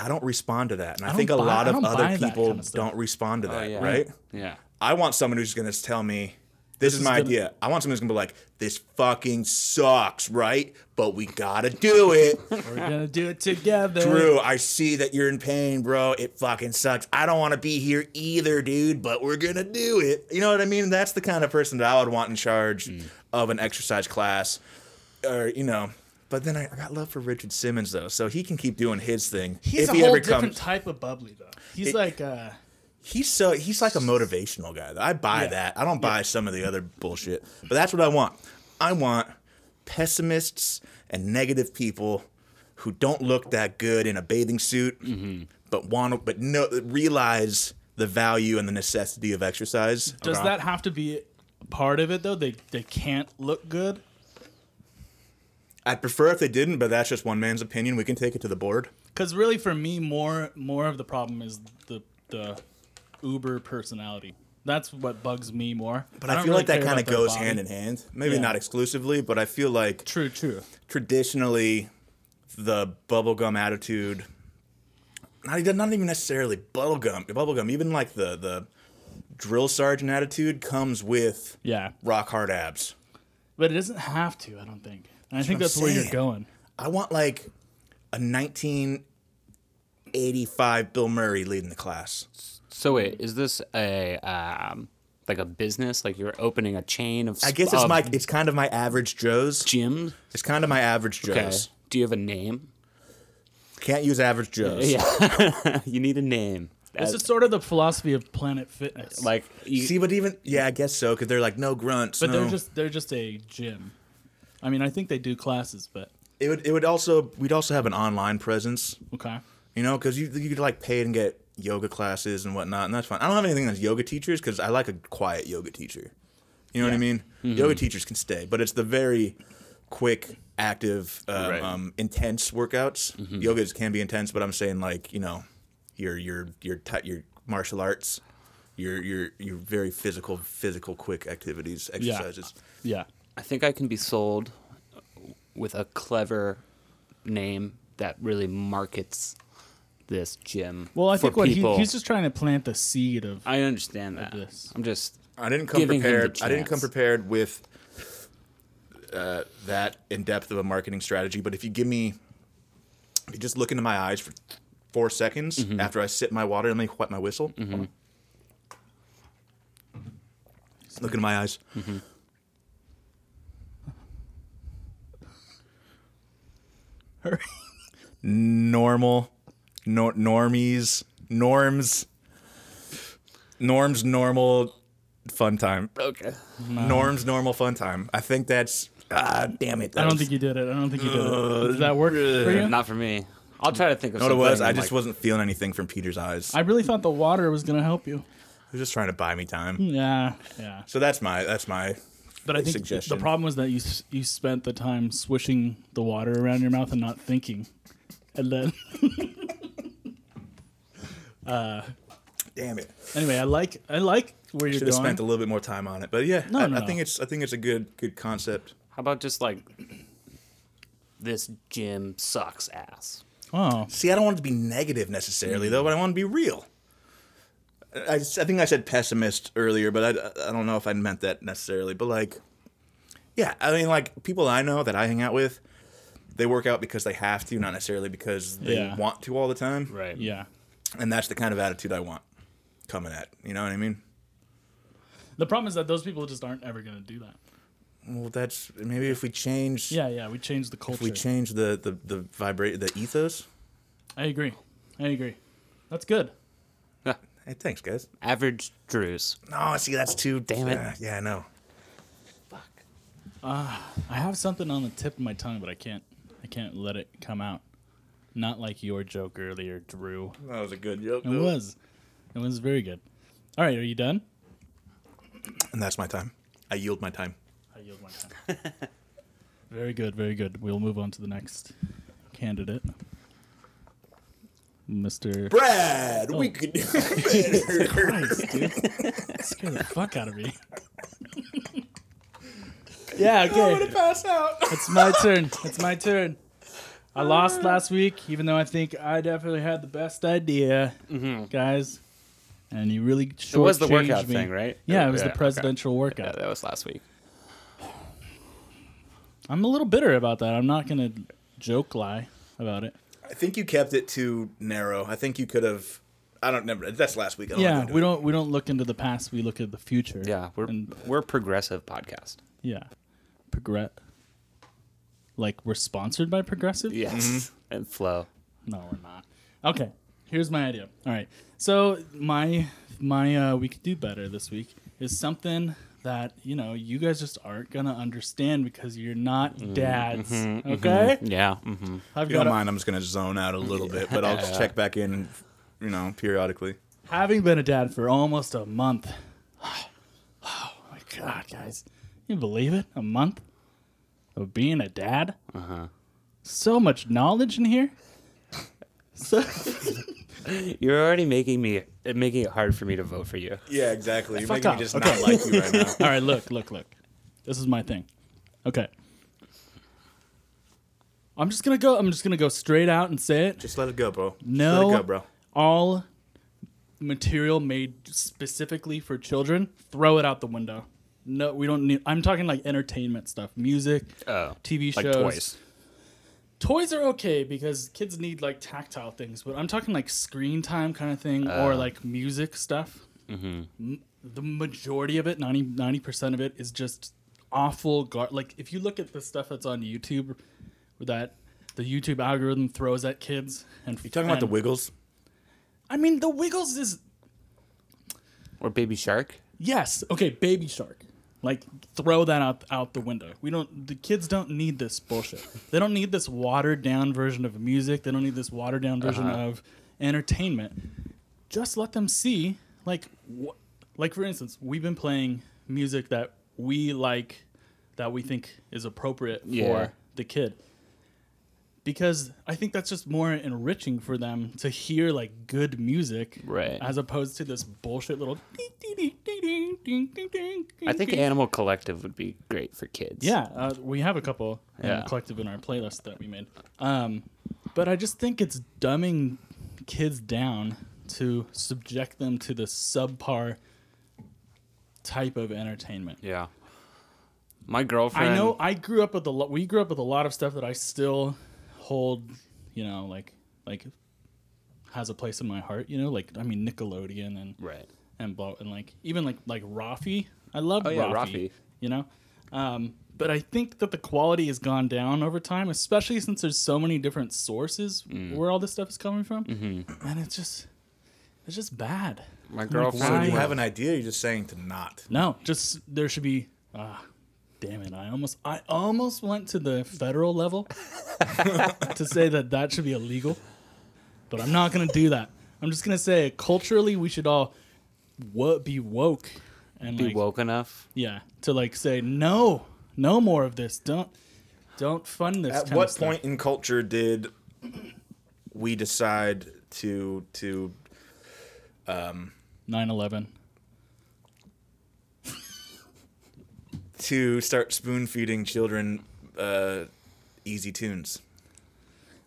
I don't respond to that, and I, don't think a buy- lot I of don't buy other that people kind of stuff. don't respond to that, yeah. right? Yeah. I want someone who's gonna tell me this, is, is my gonna- idea. I want someone who's gonna be like, this fucking sucks, right? But we gotta do it. We're gonna do it together. Drew, I see that you're in pain, bro. It fucking sucks. I don't want to be here either, dude, but we're going to do it. You know what I mean? That's the kind of person that I would want in charge Mm. of an exercise class or, you know. But then I, I got love for Richard Simmons, though, so he can keep doing his thing He's if a he whole ever different comes. type of bubbly though. He's like uh He's so he's like a motivational guy. Though. I buy that. I don't buy some of the other bullshit. But that's what I want. I want pessimists and negative people who don't look that good in a bathing suit, Mm-hmm. but want to, but no realize the value and the necessity of exercise. Does that have to be part of it though? They they can't look good. I'd prefer if they didn't, but that's just one man's opinion. We can take it to the board. Because really, for me, more more of the problem is the the Uber personality. That's what bugs me more. But I, don't feel really like that care kind of about their goes body. hand in hand. Maybe Yeah. not exclusively, but I feel like True, true. traditionally the bubblegum attitude not even, not even necessarily bubblegum bubblegum even like the the drill sergeant attitude comes with Yeah, rock hard abs but it doesn't have to. I don't think. And I think what I'm that's where saying. you're going. i want like a 1985 bill murray leading the class So wait, is this a um, like a business? Like you're opening a chain of? i guess it's my it's kind of my average joe's gym. it's kind of my average Okay. joe's Do you have a name? can't use average joe's Yeah. you need a name. This That- is sort of the philosophy of Planet Fitness. like you, see but even yeah i guess so because they're like no grunts but no. they're just they're just a gym. I mean, I think they do classes, but it would it would also we'd also have an online presence okay. You know, because you you could like pay and get yoga classes and whatnot, and that's fine. I don't have anything that's yoga teachers because I like a quiet yoga teacher. You know what I mean? Yoga teachers can stay, but it's the very quick, active, um, Right. um, intense workouts. Yogas can be intense, but I'm saying like you know, your your your ti- your martial arts, your your your very physical, physical, quick activities, exercises. Yeah. I think I can be sold with a clever name that really markets this gym. Well, I for think what he, people. he's just trying to plant the seed of I understand that. this. I'm just I didn't come giving him the prepared. I didn't come chance. prepared with uh, that in depth of a marketing strategy. But if you give me, if you just look into my eyes for four seconds Mm-hmm. after I sip my water and let me wet my whistle, look into my eyes. Mm-hmm. Hurry. Normal, nor- normies, norms, norms, normal, fun time. okay. Uh-huh. Norm's normal fun time. I think that's. Ah, damn it. I don't think you did it. I don't think you did it. Uh, Does that work for you? Not for me. I'll try to think of know what it something. was. I and, just like, wasn't feeling anything from Peter's eyes. I I really thought the water was gonna help you. was just trying to buy me time. Yeah, yeah. So that's my. That's my. But I think suggestion. the problem was that you s- you spent the time swishing the water around your mouth and not thinking, and then Damn it. anyway, I like I like where you're Should have going. spent a little bit more time on it. But yeah, No, I, no, I no. think it's. I think it's a good. Good concept. How about just like this gym sucks ass. oh, See, I don't want it to be negative Mm. necessarily though, but I want to be real. I, I think I said pessimist earlier, but I, I don't know if I meant that necessarily. But like, yeah, I mean, like people I know that I hang out with, they work out because they have to, not necessarily because they Yeah. want to all the time. Right. yeah. And that's the kind of attitude I want coming at. You know what I mean? The problem is that those people just aren't ever gonna do that. Well, that's maybe if we change, Yeah, yeah. We changed the if culture. we change the the the vibrate the ethos. I agree. I agree. That's good. Hey, thanks, guys. Average Drews. No, see, that's too. Damn it. Uh, yeah, I know. I have something on the tip of my tongue, but I can't. I can't let it come out. Not like your joke earlier, Drew. That was a good joke. It was. It was very good. All right, are you done? And that's my time. I yield my time. I yield my time. very good, very good. We'll move on to the next candidate. Mr. Brad, Oh. we could do better. Christ, dude. Scare the fuck out of me. yeah, okay. pass out. It's my turn. It's my turn. I lost last week, even though I think I definitely had the best idea, guys. And you really Mm-hmm. It was the shortchanged workout me. thing, right? Yeah, it was Yeah, the okay. presidential Yeah, workout. that was last week. I'm a little bitter about that. I'm not gonna joke lie about it. I think you kept it too narrow. I think you could have. I don't remember. That's last week. Oh, I don't Yeah, remember. we don't we don't look into the past. We look at the future. Yeah, we're and, we're a progressive podcast. yeah, progress. Like we're sponsored by Progressive. Yes, Mm-hmm. and flow. No, we're not. Okay, here's my idea. All right, so my my uh, we could do better this week is something that you know you guys just aren't gonna understand because you're not dads. Okay, Yeah. Mm-hmm. I've If Mm-hmm. you got don't a- mind, I'm just gonna zone out a little bit, but I'll just check back in, you know, periodically. having been a dad for almost a month. Oh my god, guys, you believe it? A month of being a dad. Uh huh. So much knowledge in here. So. You're already making me uh, making it hard for me to vote for you. Yeah, exactly. You're Fuck making off. me just Okay. not like you right now. All right, look, look, look. This is my thing. Okay. I'm just gonna go. I'm just gonna go straight out and say it. Just let it go, bro. Just No. let it go, bro. All material made specifically for children, throw it out the window. No, we don't need. I'm talking like entertainment stuff, music, Oh, TV like shows. toys. Toys are okay because kids need like tactile things, but I'm talking like screen time kind of thing Oh. or like music stuff. Mm-hmm. M- the majority of it, 90 percent of it, is just awful. Gar- like if you look at the stuff that's on YouTube, that the YouTube algorithm throws at kids, and You talking about the Wiggles? I mean, the Wiggles is Or Baby Shark. yes, okay, Baby Shark. Like throw that out out the window. We don't. The kids don't need this bullshit. they don't need this watered down version of music. They don't need this watered down version of entertainment. Just let them see. Like, wh- like for instance, we've been playing music that we like, that we think is appropriate Yeah. for the kid. Because I think that's just more enriching for them to hear like good music, Right. As opposed to this bullshit little. ding, ding, ding, ding, ding, ding, ding, ding, I think ding. Animal Collective would be great for kids. Yeah, uh, we have a couple um, Yeah. collective in our playlist that we made. Um, but I just think it's dumbing kids down to subject them to the subpar type of entertainment. Yeah. My girlfriend. I know I grew up with a lot. We grew up with a lot of stuff that I still hold, you know, like like has a place in my heart. You know, like I mean Nickelodeon and Right. and blah and like even like like Rafi. I love Oh, yeah, Rafi, Rafi. You know, um, but I think that the quality has gone down over time, especially since there's so many different sources Mm. where all this stuff is coming from, Mm-hmm. and it's just it's just bad. My So girlfriend. when you Why? have an idea, you're just saying to not. No, just there should be. Ah, damn it! I almost I almost went to the federal level to say that that should be illegal, but I'm not gonna do that. I'm just gonna say culturally we should all wo- be woke and be like, woke enough. Yeah, to like say no, no more of this. Don't don't fund this. At kind what of stuff." point in culture did we decide to to 9/11. to start spoon feeding children uh, easy tunes?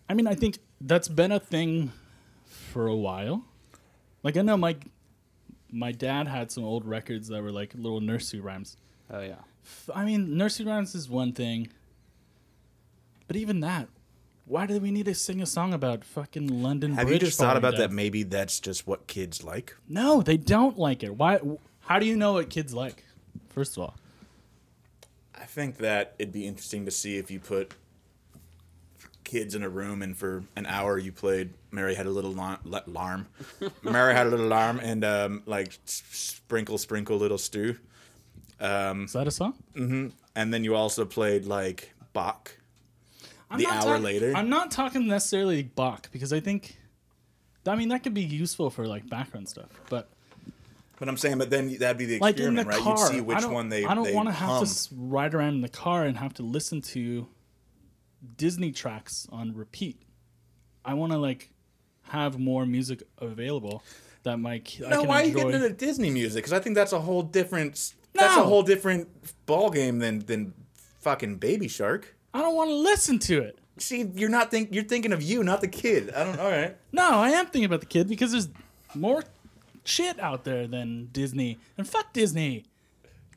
I mean, I think that's been a thing for a while. Like I know my my dad had some old records that were like little nursery rhymes. Oh yeah. I mean, nursery rhymes is one thing, but even that, why do we need to sing a song about fucking London? Have you Bridge just thought falling about that? down? Maybe that's just what kids like. No, they don't like it. Why? How do you know what kids like? First of all, I think that it'd be interesting to see if you put kids in a room and for an hour you played Mary had a little lar- la- larm, Mary had a little larm, and um, like s- sprinkle sprinkle little stew, is that a song? and then you also played like Bach. I'm The not hour later? I'm not talking necessarily Bach because I think, I mean, that could be useful for like background stuff, but But I'm saying, but then that'd be the like in experiment, the right? car, You'd see which I don't, one they I don't they want to have hum. to s- ride around in the car and have to listen to Disney tracks on repeat. I want to like have more music available that my ki- I No, can why are you enjoy. getting into Disney music? Because I think that's a whole different. s- That's a No. whole different ball game than than fucking Baby Shark. I don't want to listen to it. See, you're not think you're thinking of you, not the kid. I don't. All right. No, I am thinking about the kid because there's more shit out there than Disney. And fuck Disney.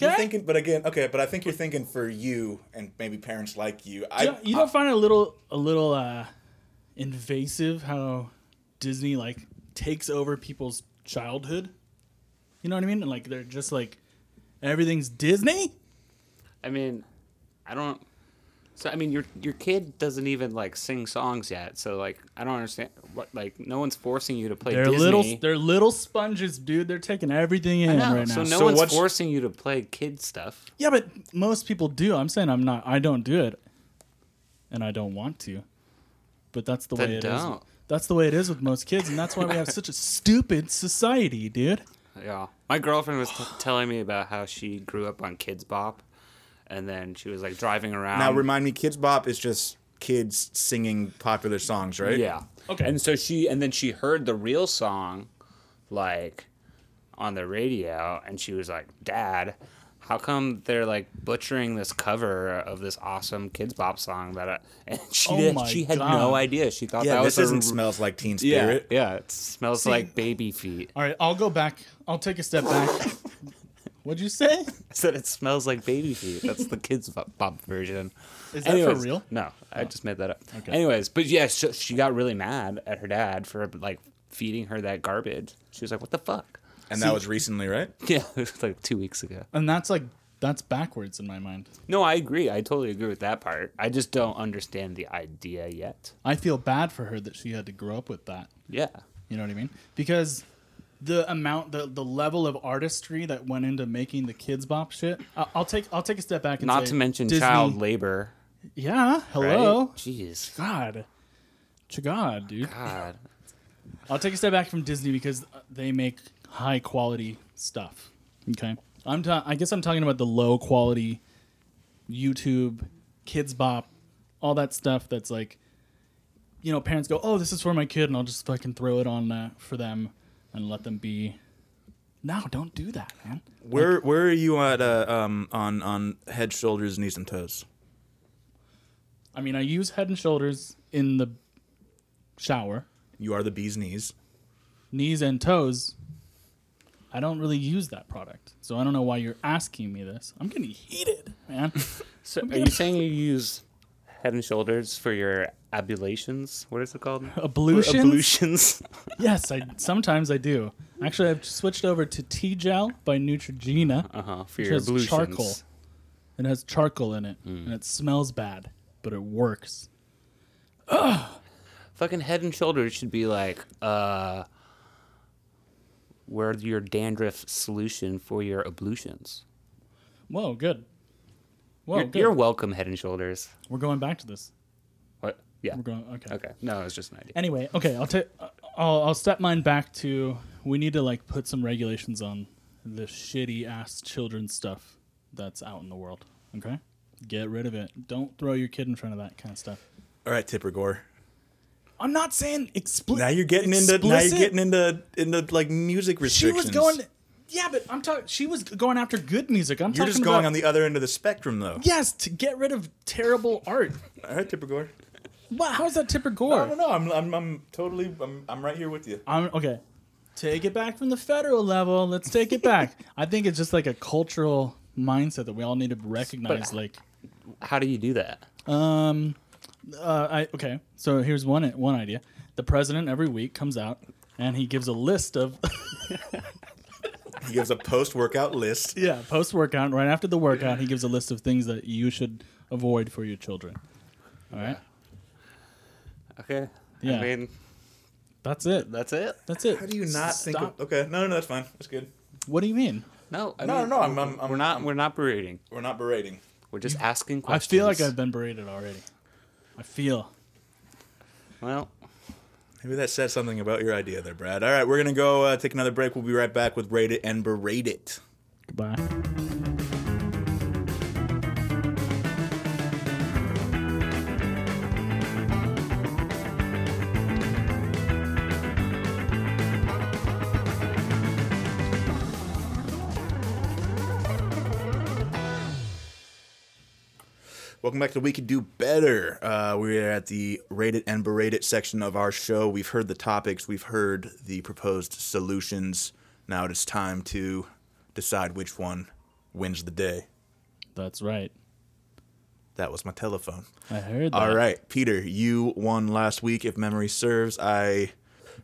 You're Okay? thinking, but again, okay. But I think you're thinking for you and maybe parents like you. I, you don't, you don't find it a little a little uh, invasive how Disney like takes over people's childhood? You know what I mean? And like they're just like everything's Disney? I mean, I don't. So I mean, your your kid doesn't even like sing songs yet. So like, I don't understand. What like, no one's forcing you to play They're Disney. little they're little sponges, dude. They're taking everything in No, right now. So no So one's what's- forcing you to play kid stuff. Yeah, but most people do. I'm saying I'm not. I don't do it, and I don't want to. But that's the Then way it is. don't. That's the way it is with most kids, and that's why we have such a stupid society, dude. Yeah. My girlfriend was t- telling me about how she grew up on Kids Bop, and then she was like driving around. now remind me, Kids Bop is just kids singing popular songs, right? Yeah. Okay. And so she, and then she heard the real song, like, on the radio, and she was like, "Dad, how come they're like butchering this cover of this awesome kids bop song that?" I, and she Oh did, my she had God. no idea. She thought Yeah. that this was isn't a, smells like Teen yeah, Spirit. yeah. It smells like baby feet. All right, I'll go back. I'll take a step back. What'd you say? I said it smells like baby feet. That's the kids bop, bop version. Is that for Anyways, real? Oh. No, I just made that up. Anyways, but yeah, she, she got really mad at her dad for like feeding her that garbage. She was like, "What the fuck." And that was recently, right? Yeah, it was like two weeks ago. And that's like that's backwards in my mind. No, I agree. I totally agree with that part. I just don't understand the idea yet. I feel bad for her that she had to grow up with that. Yeah. You know what I mean? Because the amount, the the level of artistry that went into making the kids bop shit. I- I'll take I'll take a step back and Not say to mention Disney- child labor. Yeah. Right? Hello. Jeez. God. To God, dude. God. I'll take a step back from Disney because uh, they make high quality stuff. Okay. I'm ta- I guess I'm talking about the low quality YouTube, Kids Bop, all that stuff that's like, you know, parents go, oh, this is for my kid, and I'll just fucking throw it on uh, for them and let them be. No, don't do that, man. Where Where are you at? Uh, um, on on head, shoulders, knees, and toes. I mean, I use head and shoulders in the shower, You are the bee's knees. knees and toes. I don't really use that product. So I don't know why you're asking me this. I'm getting heated, man. So are you saying you use head and shoulders for your ablations? What is it called? Ablutions? Ablutions. Yes, I sometimes I do. Actually, I've switched over to Tea Gel by Neutrogena. Uh huh. For It your has ablutions. Hmm. charcoal. It has charcoal in it, and it smells bad, but it works. Fucking head and shoulders should be like, uh, we're your dandruff solution for your ablutions. Whoa, good. Whoa, you're, good. you're welcome, head and shoulders. We're going back to this. What? Yeah. We're going. Okay. Okay. No, it's just an idea. Anyway, okay. I'll take. I'll, I'll step mine back to. We need to like put some regulations on the shitty ass children stuff that's out in the world. Okay. Get rid of it. Don't throw your kid in front of that kind of stuff. All right, Tipper Gore. I'm not saying explicit. Now you're getting into now you're getting into into like music She restrictions. was going. Yeah, but I'm talking. She was going after good music. I'm You're talking just going about, on the other end of the spectrum, though. yes to get rid of terrible art. All right, Tipper Gore. What? How is that Tipper I Gore? don't know. I'm I'm, I'm totally I'm, I'm right here with you. I'm okay. Take it back from the federal level. Let's take it back. I think it's just like a cultural mindset that we all need to recognize. Like, How do you do that? um, uh, I okay. So here's one one idea. The president every week comes out and he gives a list of He gives a post workout list. Yeah, post workout, right after the workout, he gives a list of things that you should avoid for your children. All right, Okay. Yeah. I mean, that's it. that's it. That's it. How do you not think? Stop. Of, okay, no, no, that's fine. That's good. What do you mean? No. I No, mean, no, I'm, I'm, I'm We're not. We're not berating. We're not berating. We're just asking I questions. feel like I've been berated already. I feel. Well, Maybe that says something about your idea there, Brad. All right, we're gonna go uh, take another break. We'll be right back with rate it and berate it. Goodbye. Welcome back to We Could Do Better. Uh, we are at the rated and berated section of our show. We've heard the topics, we've heard the proposed solutions. Now it is time to decide which one wins the day. That's right. That was my telephone. I heard that. All right, Peter, you won last week, if memory serves. I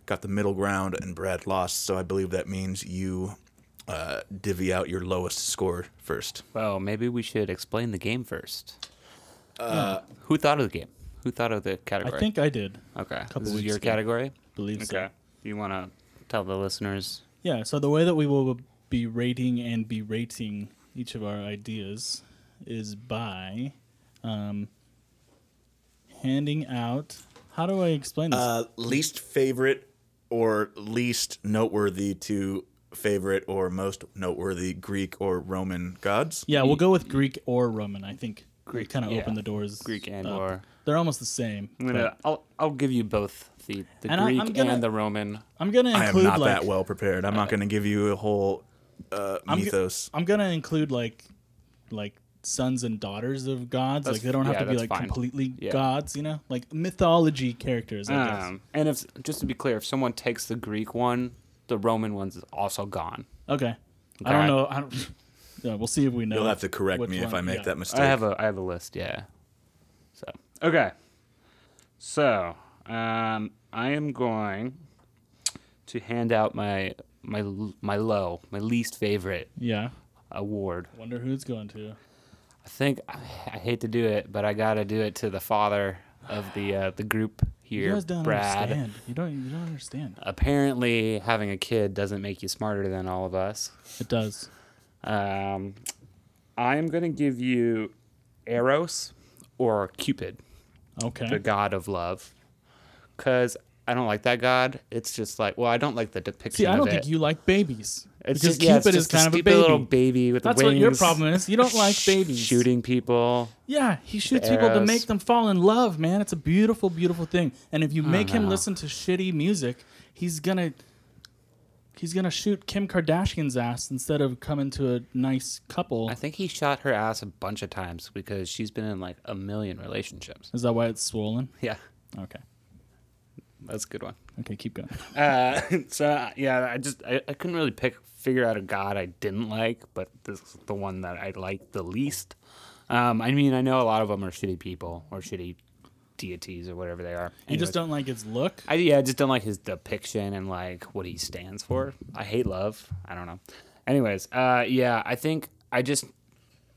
got the middle ground and Brad lost, so I believe that means you uh, divvy out your lowest score first. Well, maybe we should explain the game first. Uh, Who thought of the game? Who thought of the I category? think I did. Okay. couple this is weeks your ago. category? Believe so. Okay. Do you want to tell the listeners? Yeah, so the way that we will be rating and berating each of our ideas is by um, handing out. How do I explain this? Uh, least favorite or least noteworthy to favorite or most noteworthy Greek or Roman gods? yeah, we'll go with Greek or Roman. I think Greek kind of yeah. open the doors. Greek and up. or. They're almost the same. I'm gonna, I'll, I'll give you both the, the And I- Greek I'm gonna- and the Roman. I'm gonna I am include not like that well prepared. I'm not going to give you a whole uh, g- mythos. I'm gonna include like like sons and daughters of gods. That's- like they don't have yeah, to be that's like fine. completely Yeah. gods, you know? Like mythology characters, I guess. Um, and if just to be clear, if someone takes the Greek one, the Roman one's is also gone. Okay. I don't Alright. know. I don't, yeah, we'll see if we know. You'll have to correct which me if one- I make yeah. that mistake. I have a I have a list, yeah. So okay, so um, I am going to hand out my my l- my low, my least favorite Yeah. award. Wonder who it's going to. I think I, I hate to do it, but I got to do it to the father of the uh, the group here, You guys don't Brad. understand. You don't. You don't understand. Apparently, having a kid doesn't make you smarter than all of us. It does. Um, I am going to give you Eros or Cupid. the Okay. god of love because i don't like that god it's just like well i don't like the depiction See, I don't of think it. you like babies. it's because just, yeah, it's Cupid is just a kind of a stupid baby. little baby with the That's what your wings, problem is. You don't like babies. shooting people Yeah, he shoots people to arrows. make them fall in love, man. It's a beautiful, beautiful thing. And if you make him know. listen to shitty music, he's gonna he's gonna shoot Kim Kardashian's ass instead of coming to a nice couple. i think he shot her ass a bunch of times because she's been in like a million relationships Is that why it's swollen? yeah Okay. that's a good one Okay, keep going. uh, so yeah i just I, I couldn't really pick figure out a god i didn't like but this is the one that i liked the least um, i mean i know a lot of them are shitty people or shitty deities or whatever they are You just Anyways. don't like its look. I yeah, I just don't like his depiction and like what he stands for. I hate love. I don't know. Anyways, uh, yeah, I think I just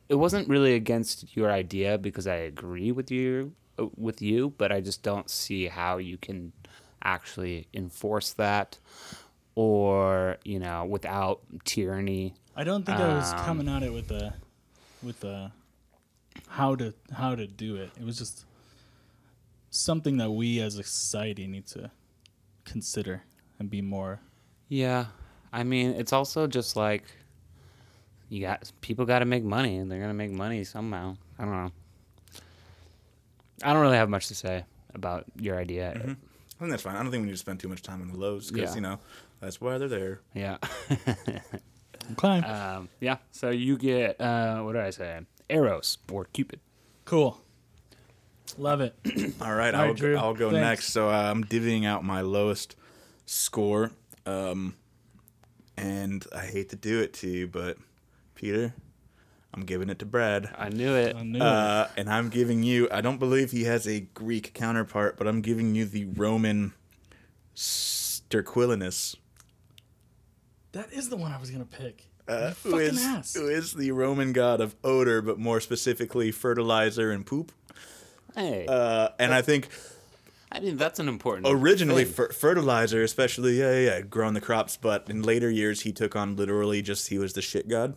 it wasn't really against your idea because I agree with you uh, with you, but I just don't see how you can actually enforce that or you know without tyranny. I don't think I was Um, coming at it with a with a how to how to do it. It was just something that we as a society need to consider and be more. Yeah, I mean it's also just like you got people got to make money, and they're gonna make money somehow. I don't know. I don't really have much to say about your idea. I think that's fine. I don't think we need to spend too much time on the lows because Yeah. you know that's why they're there. Yeah, Okay. Uh, um, yeah. So you get uh, what do I say? Eros or Cupid. cool. Love it. All right, All right, I'll, Drew. I'll go Thanks. next. So uh, I'm divvying out my lowest score, um, and I hate to do it to you, but Peter, I'm giving it to Brad. I knew it. I knew it. Uh, and I'm giving you. I don't believe he has a Greek counterpart, but I'm giving you the Roman Sterquilinus. That is the one I was gonna pick. Uh, who You fucking is ass. who is the Roman god of odor, but more specifically fertilizer and poop. Hey, Uh, and I think I mean that's an important. originally thing. fer- fertilizer, especially yeah, yeah, yeah, growing the crops. But in later years, he took on literally just he was the shit god.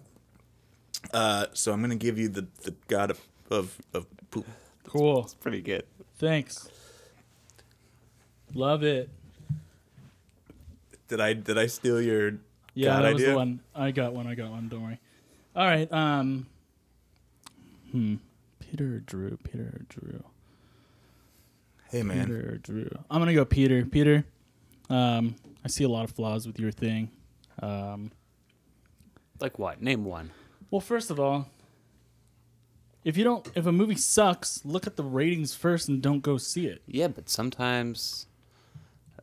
Uh, so I'm gonna give you the, the god of of, of poop. Cool. pretty good. Thanks. Love it. Did I did I steal your god Yeah, that was idea? the one. I got one. I got one. Don't worry. All right. Um. Hmm. Peter or Drew? Peter or Drew? Hey man, Peter or Drew? I'm gonna go Peter. Peter. Um. I see a lot of flaws with your thing. Um. Like what? Name one. Well, first of all, If you don't, if a movie sucks, look at the ratings first and don't go see it. Yeah, but sometimes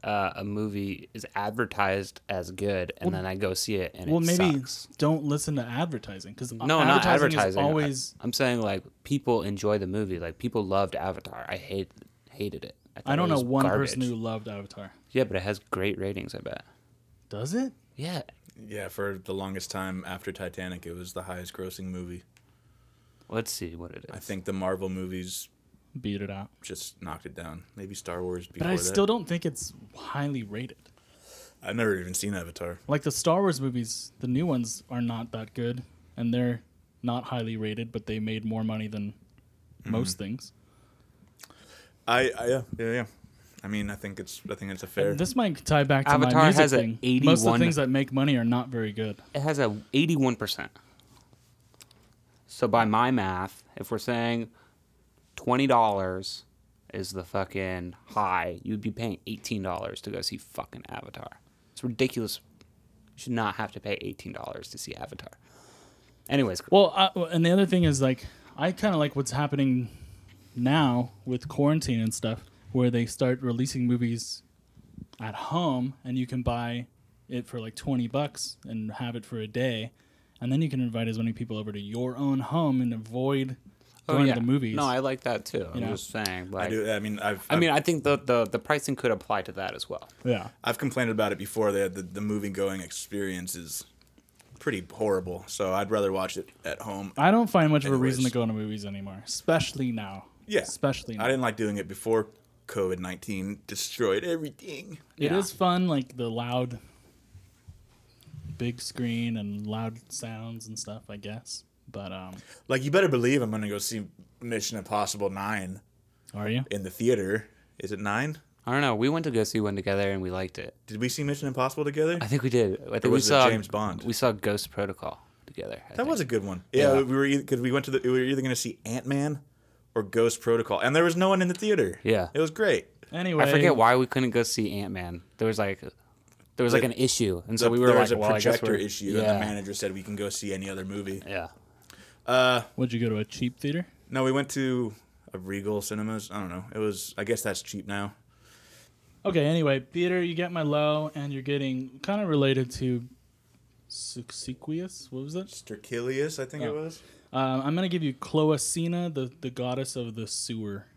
uh, a movie is advertised as good, and then I go see it, and Well, it maybe sucks. don't listen to advertising because No, not advertising. Is I- always, I'm saying like people enjoy the movie. Like people loved Avatar. I hate hated it. thought I don't it know was one garbage. person who loved Avatar. Yeah, but it has great ratings. I bet. Does it? Yeah, Yeah, for the longest time after Titanic, it was the highest grossing movie. let's see what it is. I think the Marvel movies Beat it out. just knocked it down. Maybe Star Wars before But I that. still don't think it's highly rated. I've never even seen Avatar. Like the Star Wars movies, the new ones are not that good, and they're not highly rated, but they made more money than most Mm-hmm. things. I, I yeah, yeah, yeah. I mean, I think it's I think it's a fair. This might tie back to my Avatar music has a thing. Most of the 81 things that make money are not very good. It has a 81%. So by my math, if we're saying $20 is the fucking high, you'd be paying $18 to go see fucking Avatar. It's ridiculous. You should not have to pay $18 to see Avatar. Anyways, Well, I, well, and the other thing is like I kind of like what's happening now with quarantine and stuff, where they start releasing movies at home, and you can buy it for like twenty bucks and have it for a day, and then you can invite as many people over to your own home and avoid oh, going yeah. to the movies. No, I like that too. I'm know. just saying. I Like, do. I mean, I've, I mean, I think the, the, the pricing could apply to that as well. yeah, I've complained about it before. That the, the movie going experience is pretty horrible. So I'd rather watch it at home. I don't find much of a reason to Anyways. go to movies anymore, especially now. Yeah, especially now. I didn't like doing it before COVID nineteen destroyed everything. It is Yeah. fun, like the loud big screen and loud sounds and stuff, I guess. But um Like you better believe I'm gonna go see Mission Impossible nine are you? in the theater. Is it nine? I don't know. We went to go see one together and we liked it. Did we see Mission Impossible together? I think we did. I think we was a saw James Bond. We saw Ghost Protocol together. I That think. was a good one. Yeah, we were because we went to the we were either going to see Ant Man or Ghost Protocol, and there was no one in the theater. Yeah. it was great. Anyway, I forget why we couldn't go see Ant Man. There was like, there was like The- an issue, and so The- we were there like, was a well, I guess projector we're, issue, Yeah, and the manager said we can go see any other movie. yeah. Would you go to a cheap theater? No, we went to a Regal Cinemas. I don't know. It was. I guess that's cheap now. Okay, anyway, theater you get my low and you're getting kind of related to Suxiquius. What was it? Sterkilius, I think it Oh. was. Um, I'm gonna give you Cloacina, the the goddess of the sewer.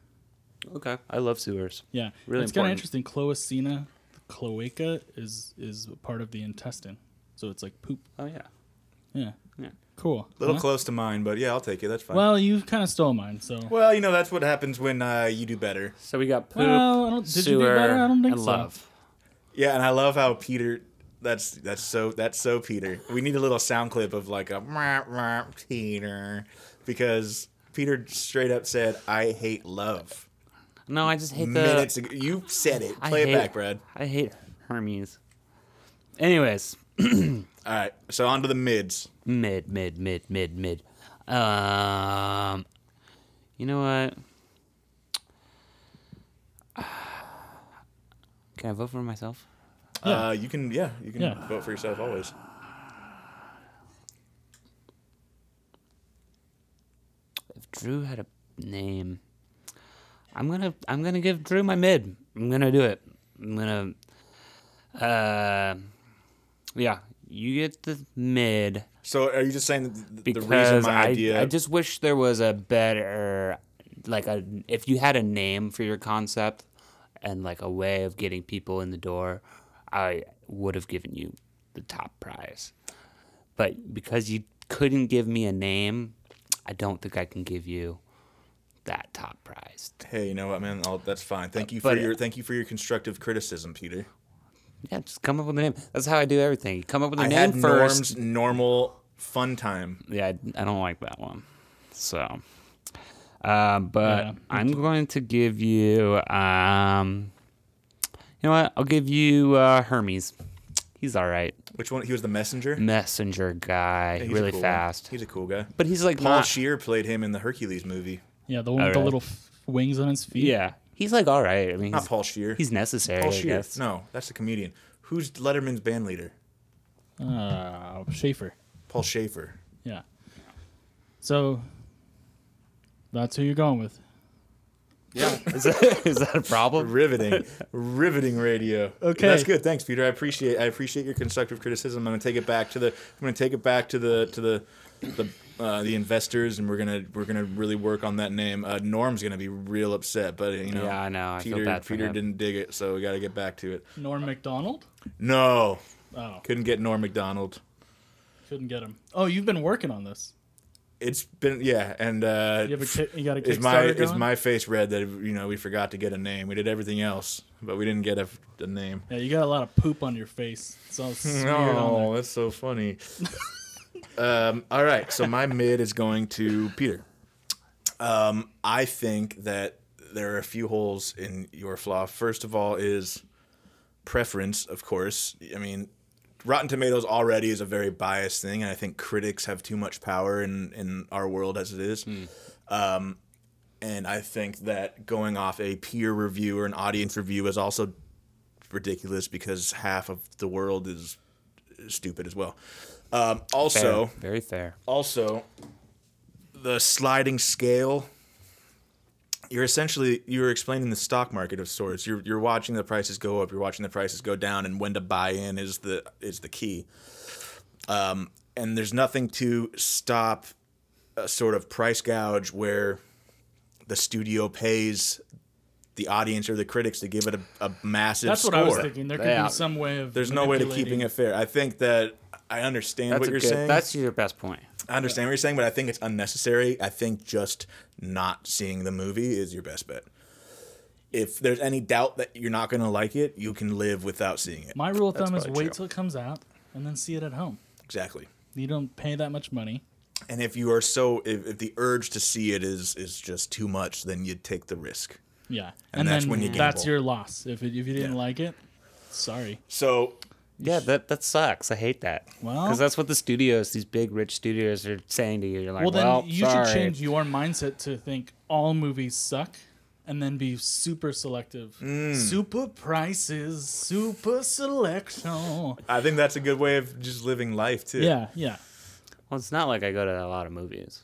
Okay, I love sewers. Yeah, Really it's kind important. of interesting. Cloacina, cloaca is is part of the intestine, so it's like poop. Oh yeah, Yeah, yeah. cool. A little Uh-huh. Huh? close to mine, but yeah, I'll take it. That's fine. Well, Well, you kind of stole mine, so. you know that's what happens when uh, you do better. So we got poop, Well, I don't- did you do sewer, better? I don't think and so. love. Yeah, and I love how Peter. That's that's so that's so Peter. We need a little sound clip of like a "Wah, wah, Peter because Peter straight up said, "I hate love." No, I just hate the. Minutes ago, you said it. I Play it hate- back, Brad. I hate Hermes. Anyways, All right, so on to the mids. mid, mid, mid, mid, mid. Um, you know what? Can I vote for myself? Yeah. Uh, you can yeah, you can Yeah. vote for yourself always. if Drew had a name, I'm gonna I'm gonna give Drew my mid. I'm gonna do it. I'm gonna, uh, yeah. You get the mid So are you just saying that the, the reason because my I idea? I just wish there was a better like a if you had a name for your concept and like a way of getting people in the door, I would have given you the top prize. But because you couldn't give me a name, I don't think I can give you that top prize. hey, you know what, man? I'll, that's fine. Thank you for But- your thank you for your constructive criticism, Peter. Yeah, just come up with a name. That's how I do everything. You come up with a I name had Norm's first. normal fun time. yeah, I, I don't like that one. So, uh, but Yeah. I'm going to give you, um, you know what? I'll give you uh, Hermes. He's all right. Which one? He was the messenger. Messenger guy, He's a really cool one. fast. He's a cool guy. but he's like Paul not- Shear played him in the Hercules movie. Yeah, the one with the Alright. little f- wings on his feet. yeah, he's like all right. I mean, Not he's, Paul Shear. he's necessary. Paul I Shear. guess. No, that's the comedian. Who's Letterman's band leader? Uh, Schaefer. Paul Schaefer. Yeah. So, That's who you're going with. Yeah. is, that, is that a problem? riveting, riveting radio. Okay. that's good. Thanks, Peter. I appreciate I appreciate your constructive criticism. I'm going to take it back to the I'm going to take it back to the to the the uh, the investors, and we're gonna we're gonna really work on that name. Uh, Norm's going to be real upset, but you know, Yeah, I know. I feel Peter bad for Peter him. didn't dig it, so we got to get back to it. Norm McDonald? No, Oh, couldn't get Norm McDonald. couldn't get him. Oh, you've been working on this. It's been yeah, and uh, You have a kick, you got a Kickstarter is my is going? my face red that you know we forgot to get a name. We did everything else, but we didn't get a, a name. Yeah, you got a lot of poop on your face. It's all smeared on there. No, Oh, that's so funny. um, all right, so my mid is going to Peter. Um, I think that there are a few holes in your flaw. First of all, is preference, of course. I mean, Rotten Tomatoes already is a very biased thing, and I think critics have too much power in in our world as it is. Um, and I think that going off a peer review or an audience review is also ridiculous because half of the world is stupid as well. Um, Fair. also, very fair. also the sliding scale you're essentially you're explaining the stock market of sorts you're, you're watching the prices go up you're watching the prices go down and when to buy in is the is the key um, and there's nothing to stop a sort of price gouge where the studio pays the audience or the critics to give it a, a massive That's what score I was thinking. There could Yeah. be some way of. there's no way to keeping manipulating- it fair i think that i understand That's what a you're good- saying That's your best point. I understand what you're saying, but I think it's unnecessary. I think just not seeing the movie is your best bet. If there's any doubt that you're not going to like it, you can live without seeing it. My rule of thumb is probably wait true. till it comes out and then see it at home. Exactly. You don't pay that much money. And if you are so, if, if the urge to see it is is just too much, then you take the risk. Yeah, And that's when you that's gamble. your loss. If it, if you didn't Yeah. like it, sorry. So Yeah, that that sucks. I hate that. Well- because that's what the studios, these big rich studios, are saying to you. You're like, Well, well, then you sorry. should change your mindset to think all movies suck, and then be super selective. Mm. Super prices, super selection. I think that's a good way of just living life too. Yeah, yeah. Well, it's not like I go to a lot of movies.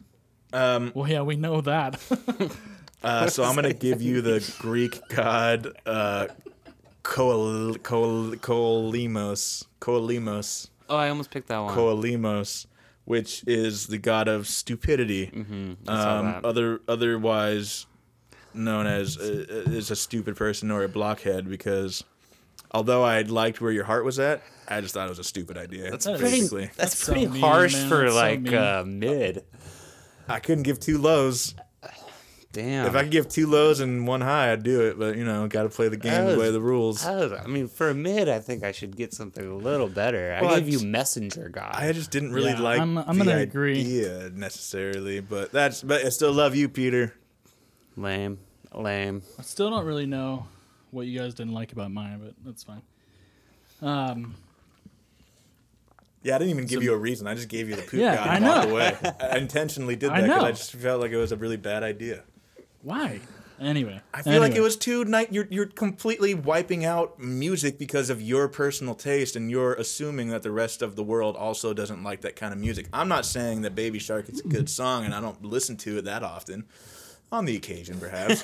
Well, yeah, we know that. Uh, so I'm going to give you the Greek god uh, Koal- Koal- Koalimos. Koalimos. Oh, I almost picked that one. Koalimos, which is the god of stupidity, Mm-hmm. saw um, that. other otherwise known as uh, is a stupid person or a blockhead. Because although I liked where your heart was at, I just thought it was a stupid idea. That's pretty- basically. That's, That's so pretty mean, harsh man. for That's so like mean. uh, mid. I couldn't give two lows. Damn. If I could give two lows and one high, I'd do it. But you know, got to play the game, That play was- the rules. I, don't- I mean, for a mid, I think I should get something a little better. Well, I I gave just- you Messenger God. I just didn't really Yeah, like I'm- I'm the gonna agree. idea necessarily, but that's. But I still love you, Peter. lame, lame. I still don't really know what you guys didn't like about mine, but that's fine. Um, Yeah, I didn't even give you a reason. I just gave you the poop Yeah, god I and walked know. away. I intentionally did I that because I, know. just felt like it was a really bad idea. why? Anyway, I feel like it was too night. You're you're completely wiping out music because of your personal taste, and you're assuming that the rest of the world also doesn't like that kind of music. I'm not saying that Baby Shark is a good song, and I don't listen to it that often, on the occasion perhaps,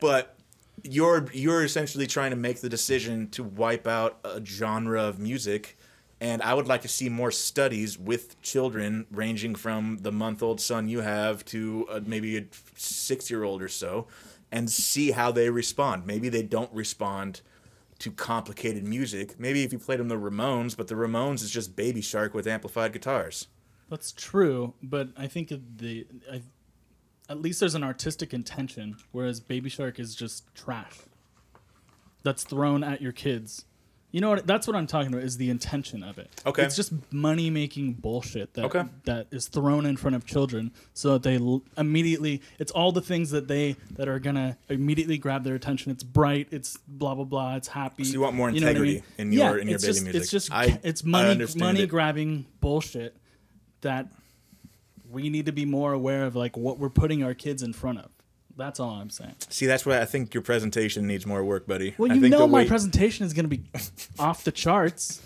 but. You're you're essentially trying to make the decision to wipe out a genre of music, and I would like to see more studies with children ranging from the month-old son you have to uh, maybe a six-year-old or so, and see how they respond. Maybe they don't respond to complicated music. Maybe if you played them the Ramones, but the Ramones is just Baby Shark with amplified guitars. That's true, but I think of the I, at least there's an artistic intention, whereas Baby Shark is just trash that's thrown at your kids. You know what? That's what I'm talking about. Is the intention of it? Okay. It's just money making bullshit that Okay. that is thrown in front of children, so that they l- immediately. It's all the things that they that are gonna immediately grab their attention. It's bright. It's blah blah blah. It's happy. So you want more know what I integrity mean? in your- Yeah, in your it's baby just- music. It's just I- it's I money understand money it. grabbing bullshit that we need to be more aware of like what we're putting our kids in front of. That's all I'm saying. See, that's why I think your presentation needs more work, buddy. Well, I you think know the my way- presentation is going to be off the charts.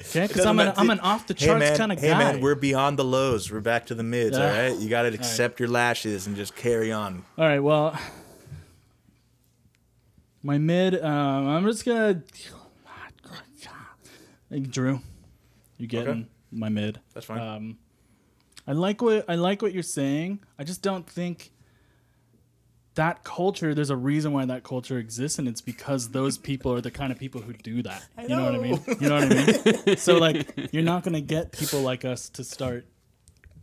Okay, It because doesn't I'm an matter. I'm an off the charts hey, man, kind of hey, guy. man, we're beyond the lows. We're back to the mids. Ugh. all right, you got to accept your lashes and just carry on. All right, well, my mid. Um, I'm just gonna. Drew, you getting Okay. my mid? That's fine. Um, I like what I like what you're saying. I just don't think that culture. There's a reason why that culture exists, and it's because those people are the kind of people who do that. you know. what I mean? You know what I mean? so like, you're not gonna get people like us to start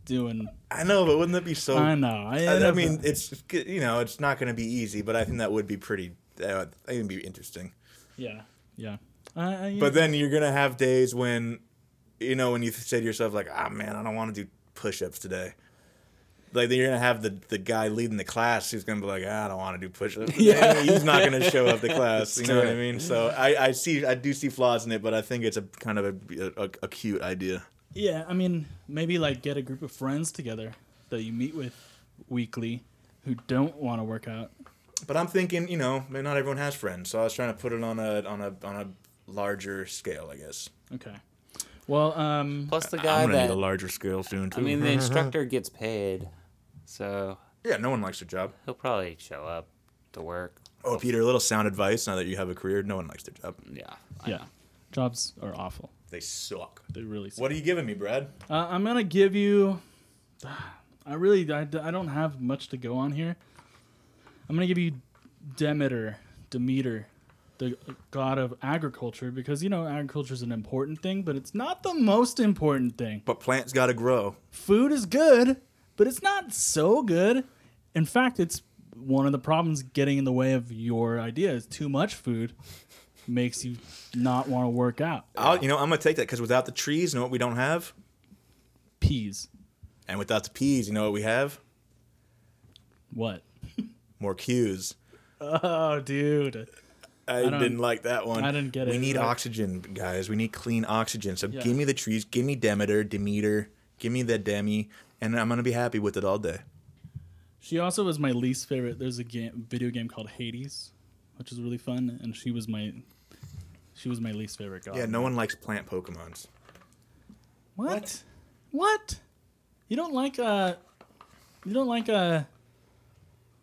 doing. I know, but wouldn't that be so? I know. I, Oh, I, I mean, it's you know, it's not going to be easy, but I think that would be pretty. That would, I think it'd be interesting. yeah, yeah. I, I, But then you're gonna have days when, you know, when you say to yourself like, "Ah, man, I don't want to do push-ups today." Like then you're gonna have the, the guy leading the class who's gonna be like, "Ah, "I don't want to do push-ups." Yeah, he's not gonna show up to class. you know what I mean? So I, I see I do see flaws in it, but I think it's a kind of a, a, a cute idea. Yeah, I mean, maybe like get a group of friends together that you meet with weekly who don't want to work out. But I'm thinking, you know, maybe not everyone has friends, so I was trying to put it on a on a on a larger scale, I guess. Okay. Well, um, Plus the guy that larger scale soon too. I mean, the instructor gets paid, so yeah, no one likes their job. he'll probably show up to work. Oh, Peter, a little sound advice now that you have a career. No one likes their job. Yeah. yeah, jobs are awful. They suck. They really. Suck. What are you giving me, Brad? Uh, I'm gonna give you. I really, I, I don't have much to go on here. I'm gonna give you Demeter, Demeter, the god of agriculture, because you know agriculture is an important thing, but it's not the most important thing. But plants gotta grow. food is good, but it's not so good. In fact, it's one of the problems getting in the way of your ideas. Too much food makes you not want to work out. I'll, you know, I'm gonna take that because without the trees, you know what we don't have, Peas. and without the peas, you know what we have? What? More cues. Oh, dude. I, don't- didn't like that one. I didn't get We it. need Like- oxygen, guys. We need clean oxygen. So give me the trees. Give me Demeter, Demeter. Give me the Demi, and I'm gonna be happy with it all day. She also was my least favorite. There's a game, video game called Hades, which is really fun, and she was my she was my least favorite god. Yeah, no one likes plant Pokemons. What? What? You don't like uh you don't like uh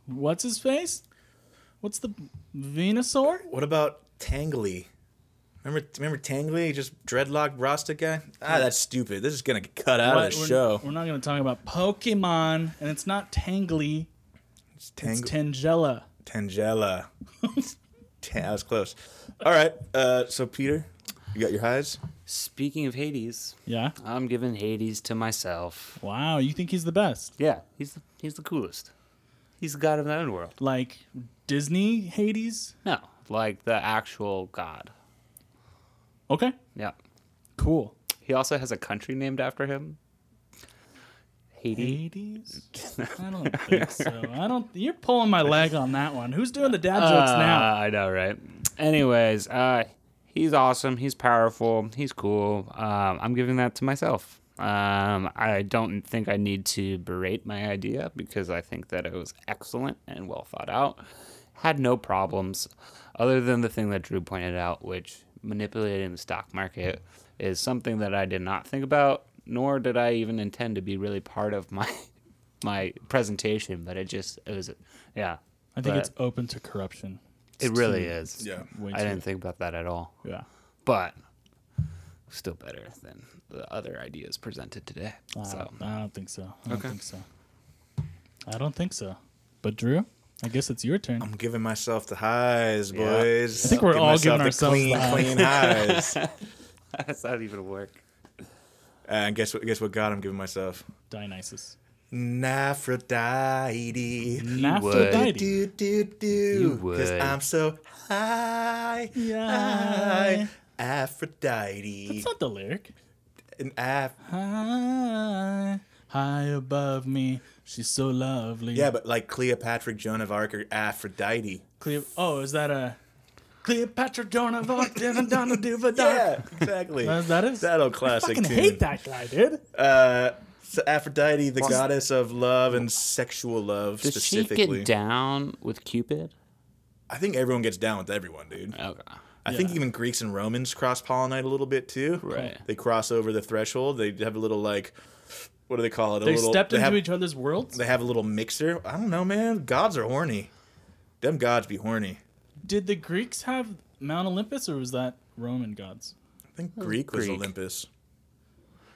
what's his face? What's the Venusaur? What about Tangly? Remember, remember Tangly, just dreadlock Rasta guy? Ah, that's stupid. This is gonna get cut out What? of the we're, show. We're not gonna talk about Pokemon and it's not Tangly, It's it's Tang- Tangela. Tangela. Ta- that was close. All right. Uh, so Peter, you got your highs. Speaking of Hades, Yeah. I'm giving Hades to myself. Wow, you think he's the best? Yeah, he's the, he's the coolest. He's the god of the underworld. Like Disney Hades? No, like the actual god. Okay. Yeah. Cool. He also has a country named after him. Haiti. Hades? I don't think so. I don't you're pulling my leg on that one. Who's doing the dad jokes Uh, now? I know, right? Anyways, uh, he's awesome. He's powerful. He's cool. Um, I'm giving that to myself. Um, I don't think I need to berate my idea because I think that it was excellent and well thought out. Had no problems, other than the thing that Drew pointed out, which manipulating the stock market is something that I did not think about, nor did I even intend to be really part of my my presentation. But it just it was, yeah. I think but- it's open to corruption. it really is. Yeah. Way I too- didn't think about that at all. Yeah. But still better than the other ideas presented today. I So don't, I don't think so. I don't think so. I don't think so. But Drew, I guess it's your turn. I'm giving myself the highs, Yeah. boys. I think we're all giving ourselves clean, the highs. clean highs. that's not even work. and guess what? Guess what? God, I'm giving myself. Dionysus. Naphrodite. Aphrodite. do do You do because would. I'm so high, Yeah. high. Aphrodite, It's not the lyric. an Af- High, high above me. She's so lovely. yeah, but like Cleopatra, Joan of Arc, or Aphrodite. Cleo- oh, is that a Cleopatra Donna Vaught Donna Donna Diva Yeah, exactly. That- that is- that old classic. I fucking tune. hate that guy, dude. Uh, so Aphrodite, the goddess of love and sexual love Does she specifically. get down with Cupid? I think everyone gets down with everyone, dude. Okay. I think Yeah. even Greeks and Romans cross pollinate a little bit too. Right. They cross over the threshold. They have a little like, what do they call it? A They little, stepped they into have, each other's worlds. They have a little mixer. I don't know, man. Gods are horny. Them gods be horny. Did the Greeks have Mount Olympus, or was that Roman gods? I think Greek was Greek. Olympus.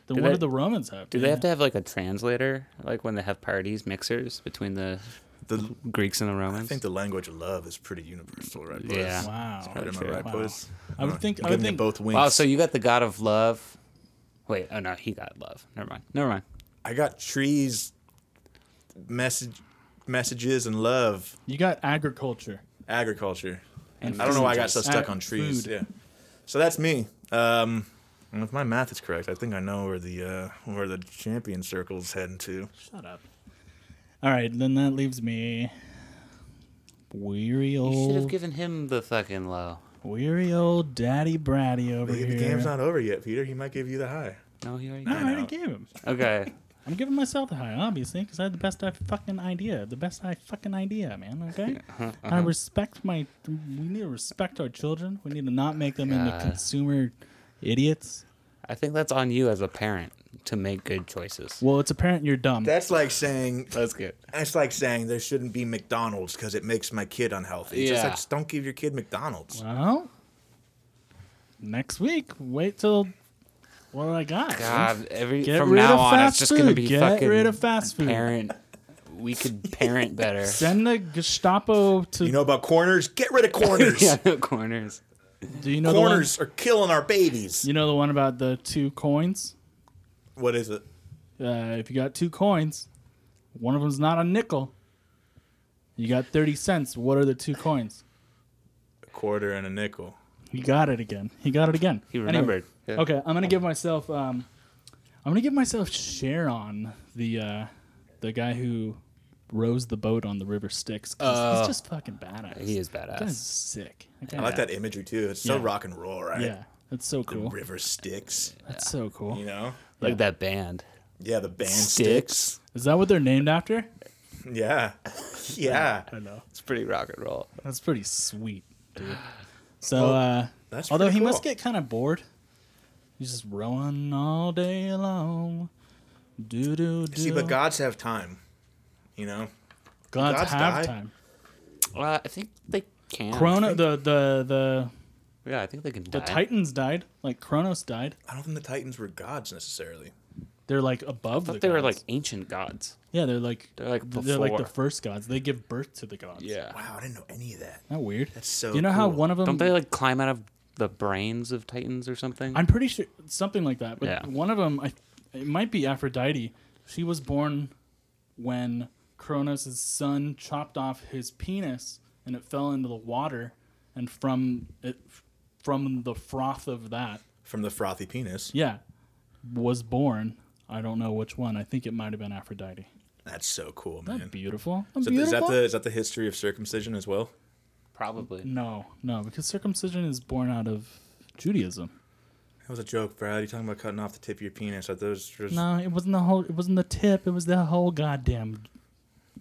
Then Did what they- did the Romans have? Do they have to have like a translator, like when they have parties, mixers between the The Greeks and the Romans? I think the language of love is pretty universal, right? Boys? Yeah. Wow. Right, am I true. right, Wow. boys? I would think. I Giving would you think. both wings. Wow, so you got the god of love. Wait, oh no, he got love. Never mind. Never mind. I got trees, message, messages, and love. You got agriculture. Agriculture. And I don't know why I got food. so stuck Uh, on trees. food. Yeah. So that's me. Um, and if my math is correct, I think I know where the uh, where the champion circle's heading to. Shut up. All right, then that leaves me. Weary You should old, have given him the fucking low. weary old daddy bratty over The here. game's not over yet, Peter. He might give you the high. No, he already No, got I it. already gave him. Okay. I'm giving myself the high, obviously, because I had the best I fucking idea. The best I fucking idea, man. Okay. Uh-huh, I respect my. We need to respect our children. We need to not make them into God. consumer idiots. I think that's on you as a parent to make good choices. Well, it's apparent you're dumb. That's like saying That's good. that's like saying there shouldn't be McDonald's because it makes my kid unhealthy. It's just Yeah. like just don't give your kid McDonald's. well, next week. Wait till. What do I got? God, every Get from rid now of on, it's fast just gonna food. be Get fucking rid of fast food. parent. We could parent better. Send the Gestapo to. You know about corners? Get rid of corners. yeah, no corners. do you know Corners are killing our babies. the one? You know the one about the two coins. What is it? uh, if you got two coins, one of them's not a nickel. You got thirty cents. What are the two coins? A quarter and a nickel. He got it again. He got it again. He Anyway, remembered. Yeah. okay, I'm gonna give myself. Um, I'm gonna give myself Sharon, the uh, the guy who rows the boat on the river Styx. 'cause he's Oh. just fucking badass. He is That is badass. sick. I like that imagery too. It's so Yeah. rock and roll, right? Yeah, that's so The cool. Oh. river sticks. That's so cool. You know? Like that band. Yeah, the band Sticks. sticks. Is that what they're named after? Yeah. Yeah. I don't know. It's pretty rock and roll. That's pretty sweet, dude. So, uh, that's although pretty he must cool. get kind of bored, he's just rowing all day long. Do do do. See, but gods have time. You know? God's, gods have die. time. Uh, I think they can. Chrono, the the the Yeah, I think they can. the die. Titans died. Like Kronos died. I don't think the Titans were gods necessarily. They're like above. I thought the they were like gods. ancient gods. Yeah, they're like They're like they're like the before. first gods. They give birth to the gods. Wow, I didn't know any of that. Isn't that weird. That's so Do you know how cool. one of them? Don't they like climb out of the brains of titans or something? I'm pretty sure something like that. But Yeah. one of them, I, it might be Aphrodite. She was born when Cronus' son chopped off his penis and it fell into the water, and from it, from the froth of that, From the frothy penis. yeah, was born. I don't know which one. I think it might have been Aphrodite. That's so cool, Isn't that man. beautiful? Isn't Is that, beautiful? is, that the, is that the history of circumcision as well? Probably. No, no, because circumcision is born out of Judaism. That was a joke, Brad. You're talking about cutting off the tip of your penis. I thought it was just- No, it wasn't the whole. It wasn't the tip. It was the whole goddamn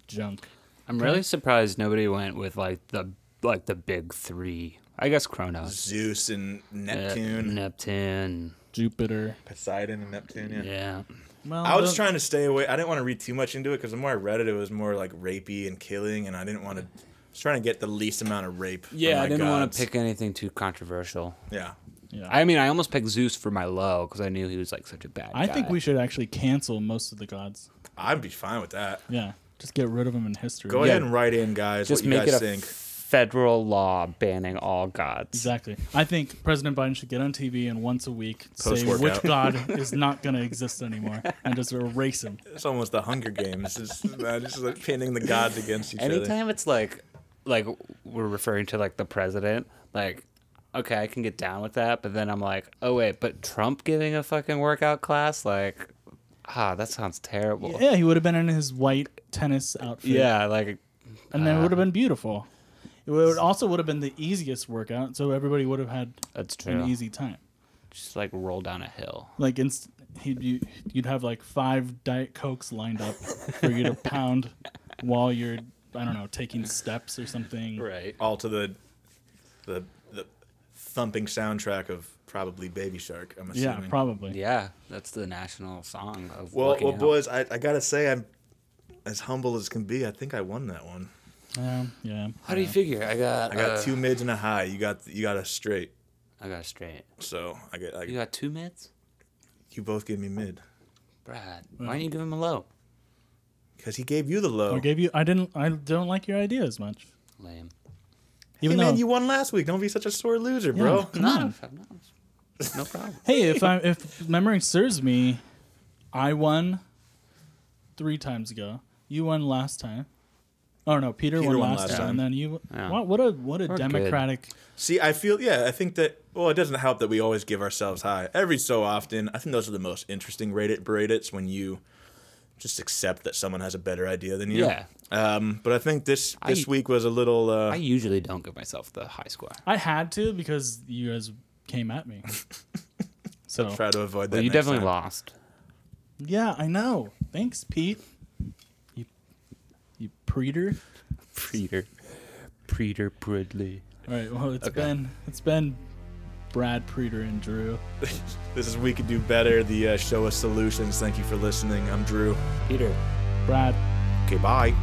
junk. I'm really surprised nobody went with like the like the big three. I guess Chronos, Zeus and Uh, Neptune. Neptune. Jupiter. Poseidon and Neptune, yeah. Yeah. Well, I was the- trying to stay away. I didn't want to read too much into it because the more I read it, it was more like rapey and killing, and I didn't want to. I was trying to get the least amount of rape. from Yeah, my I didn't want gods. to pick anything too controversial. Yeah, Yeah. I mean, I almost picked Zeus for my low because I knew he was like such a bad. I think guy. we should actually cancel most of the gods. I'd be fine with that. Yeah, just get rid of them in history. Go Yeah, ahead and write in, guys. just what you make it guys a think? federal law banning all gods. Exactly. I think President Biden should get on TV and once a week say Post-workout. which god is not going to exist anymore and just erase him. It's almost the Hunger Games. It's uh, just like pinning the gods against each other. Anytime it's like, like we're referring to like the president, like, okay, I can get down with that, but then I'm like, oh wait, but Trump giving a fucking workout class, like, ah, that sounds terrible. Yeah, Yeah, he would have been in his white tennis outfit. like, and then it would have Uh, been beautiful. It would also would have been the easiest workout, so everybody would have had that's an true. easy time. Just like roll down a hill. Like inst- he'd, you- you'd have like five diet cokes lined up for you to pound while you're I don't know taking steps or something. Right. All to the the the thumping soundtrack of probably Baby Shark. I'm Yeah, assuming. probably. Yeah, that's the national song of Well, working well, out. boys, I, I gotta say I'm as humble as can be. I think I won that one. Um, yeah. How do you figure? I got I got uh, two mids and a high. You got you got a straight. I got straight. So I get I, You you, got two mids, both gave me mid Brad. Mm-hmm. Why don't you give him a low? because he gave you the low. I gave you. I didn't. I don't like your idea as much. Lame. hey Even man, though, you won last week. Don't be such a sore loser, Yeah. bro. Come Not on. if I'm not. No problem. hey, if I if memory serves me, I won three times ago. You won last time. Oh no, Peter, Peter won, won last last time, time. and then you. Yeah. Wow, what a what a We're good. democratic. See, I feel yeah. I think that well, it doesn't help that we always give ourselves high every so often. I think those are the most interesting rate it berate it's when you just accept that someone has a better idea than you. Yeah. Um, but I think this this I- week was a little. Uh, I usually don't give myself the high score. I had to because you guys came at me. so try to avoid that. But you next definitely time. lost. yeah, I know. Thanks, Pete. You, you preater. Preter. Preter Pridley. All right. Well, it's been it's been Brad Preeter and Drew. This is We Could Do Better, the uh, Show Us Solutions. Thank you for listening. I'm Drew. Peter. Brad. Okay, bye.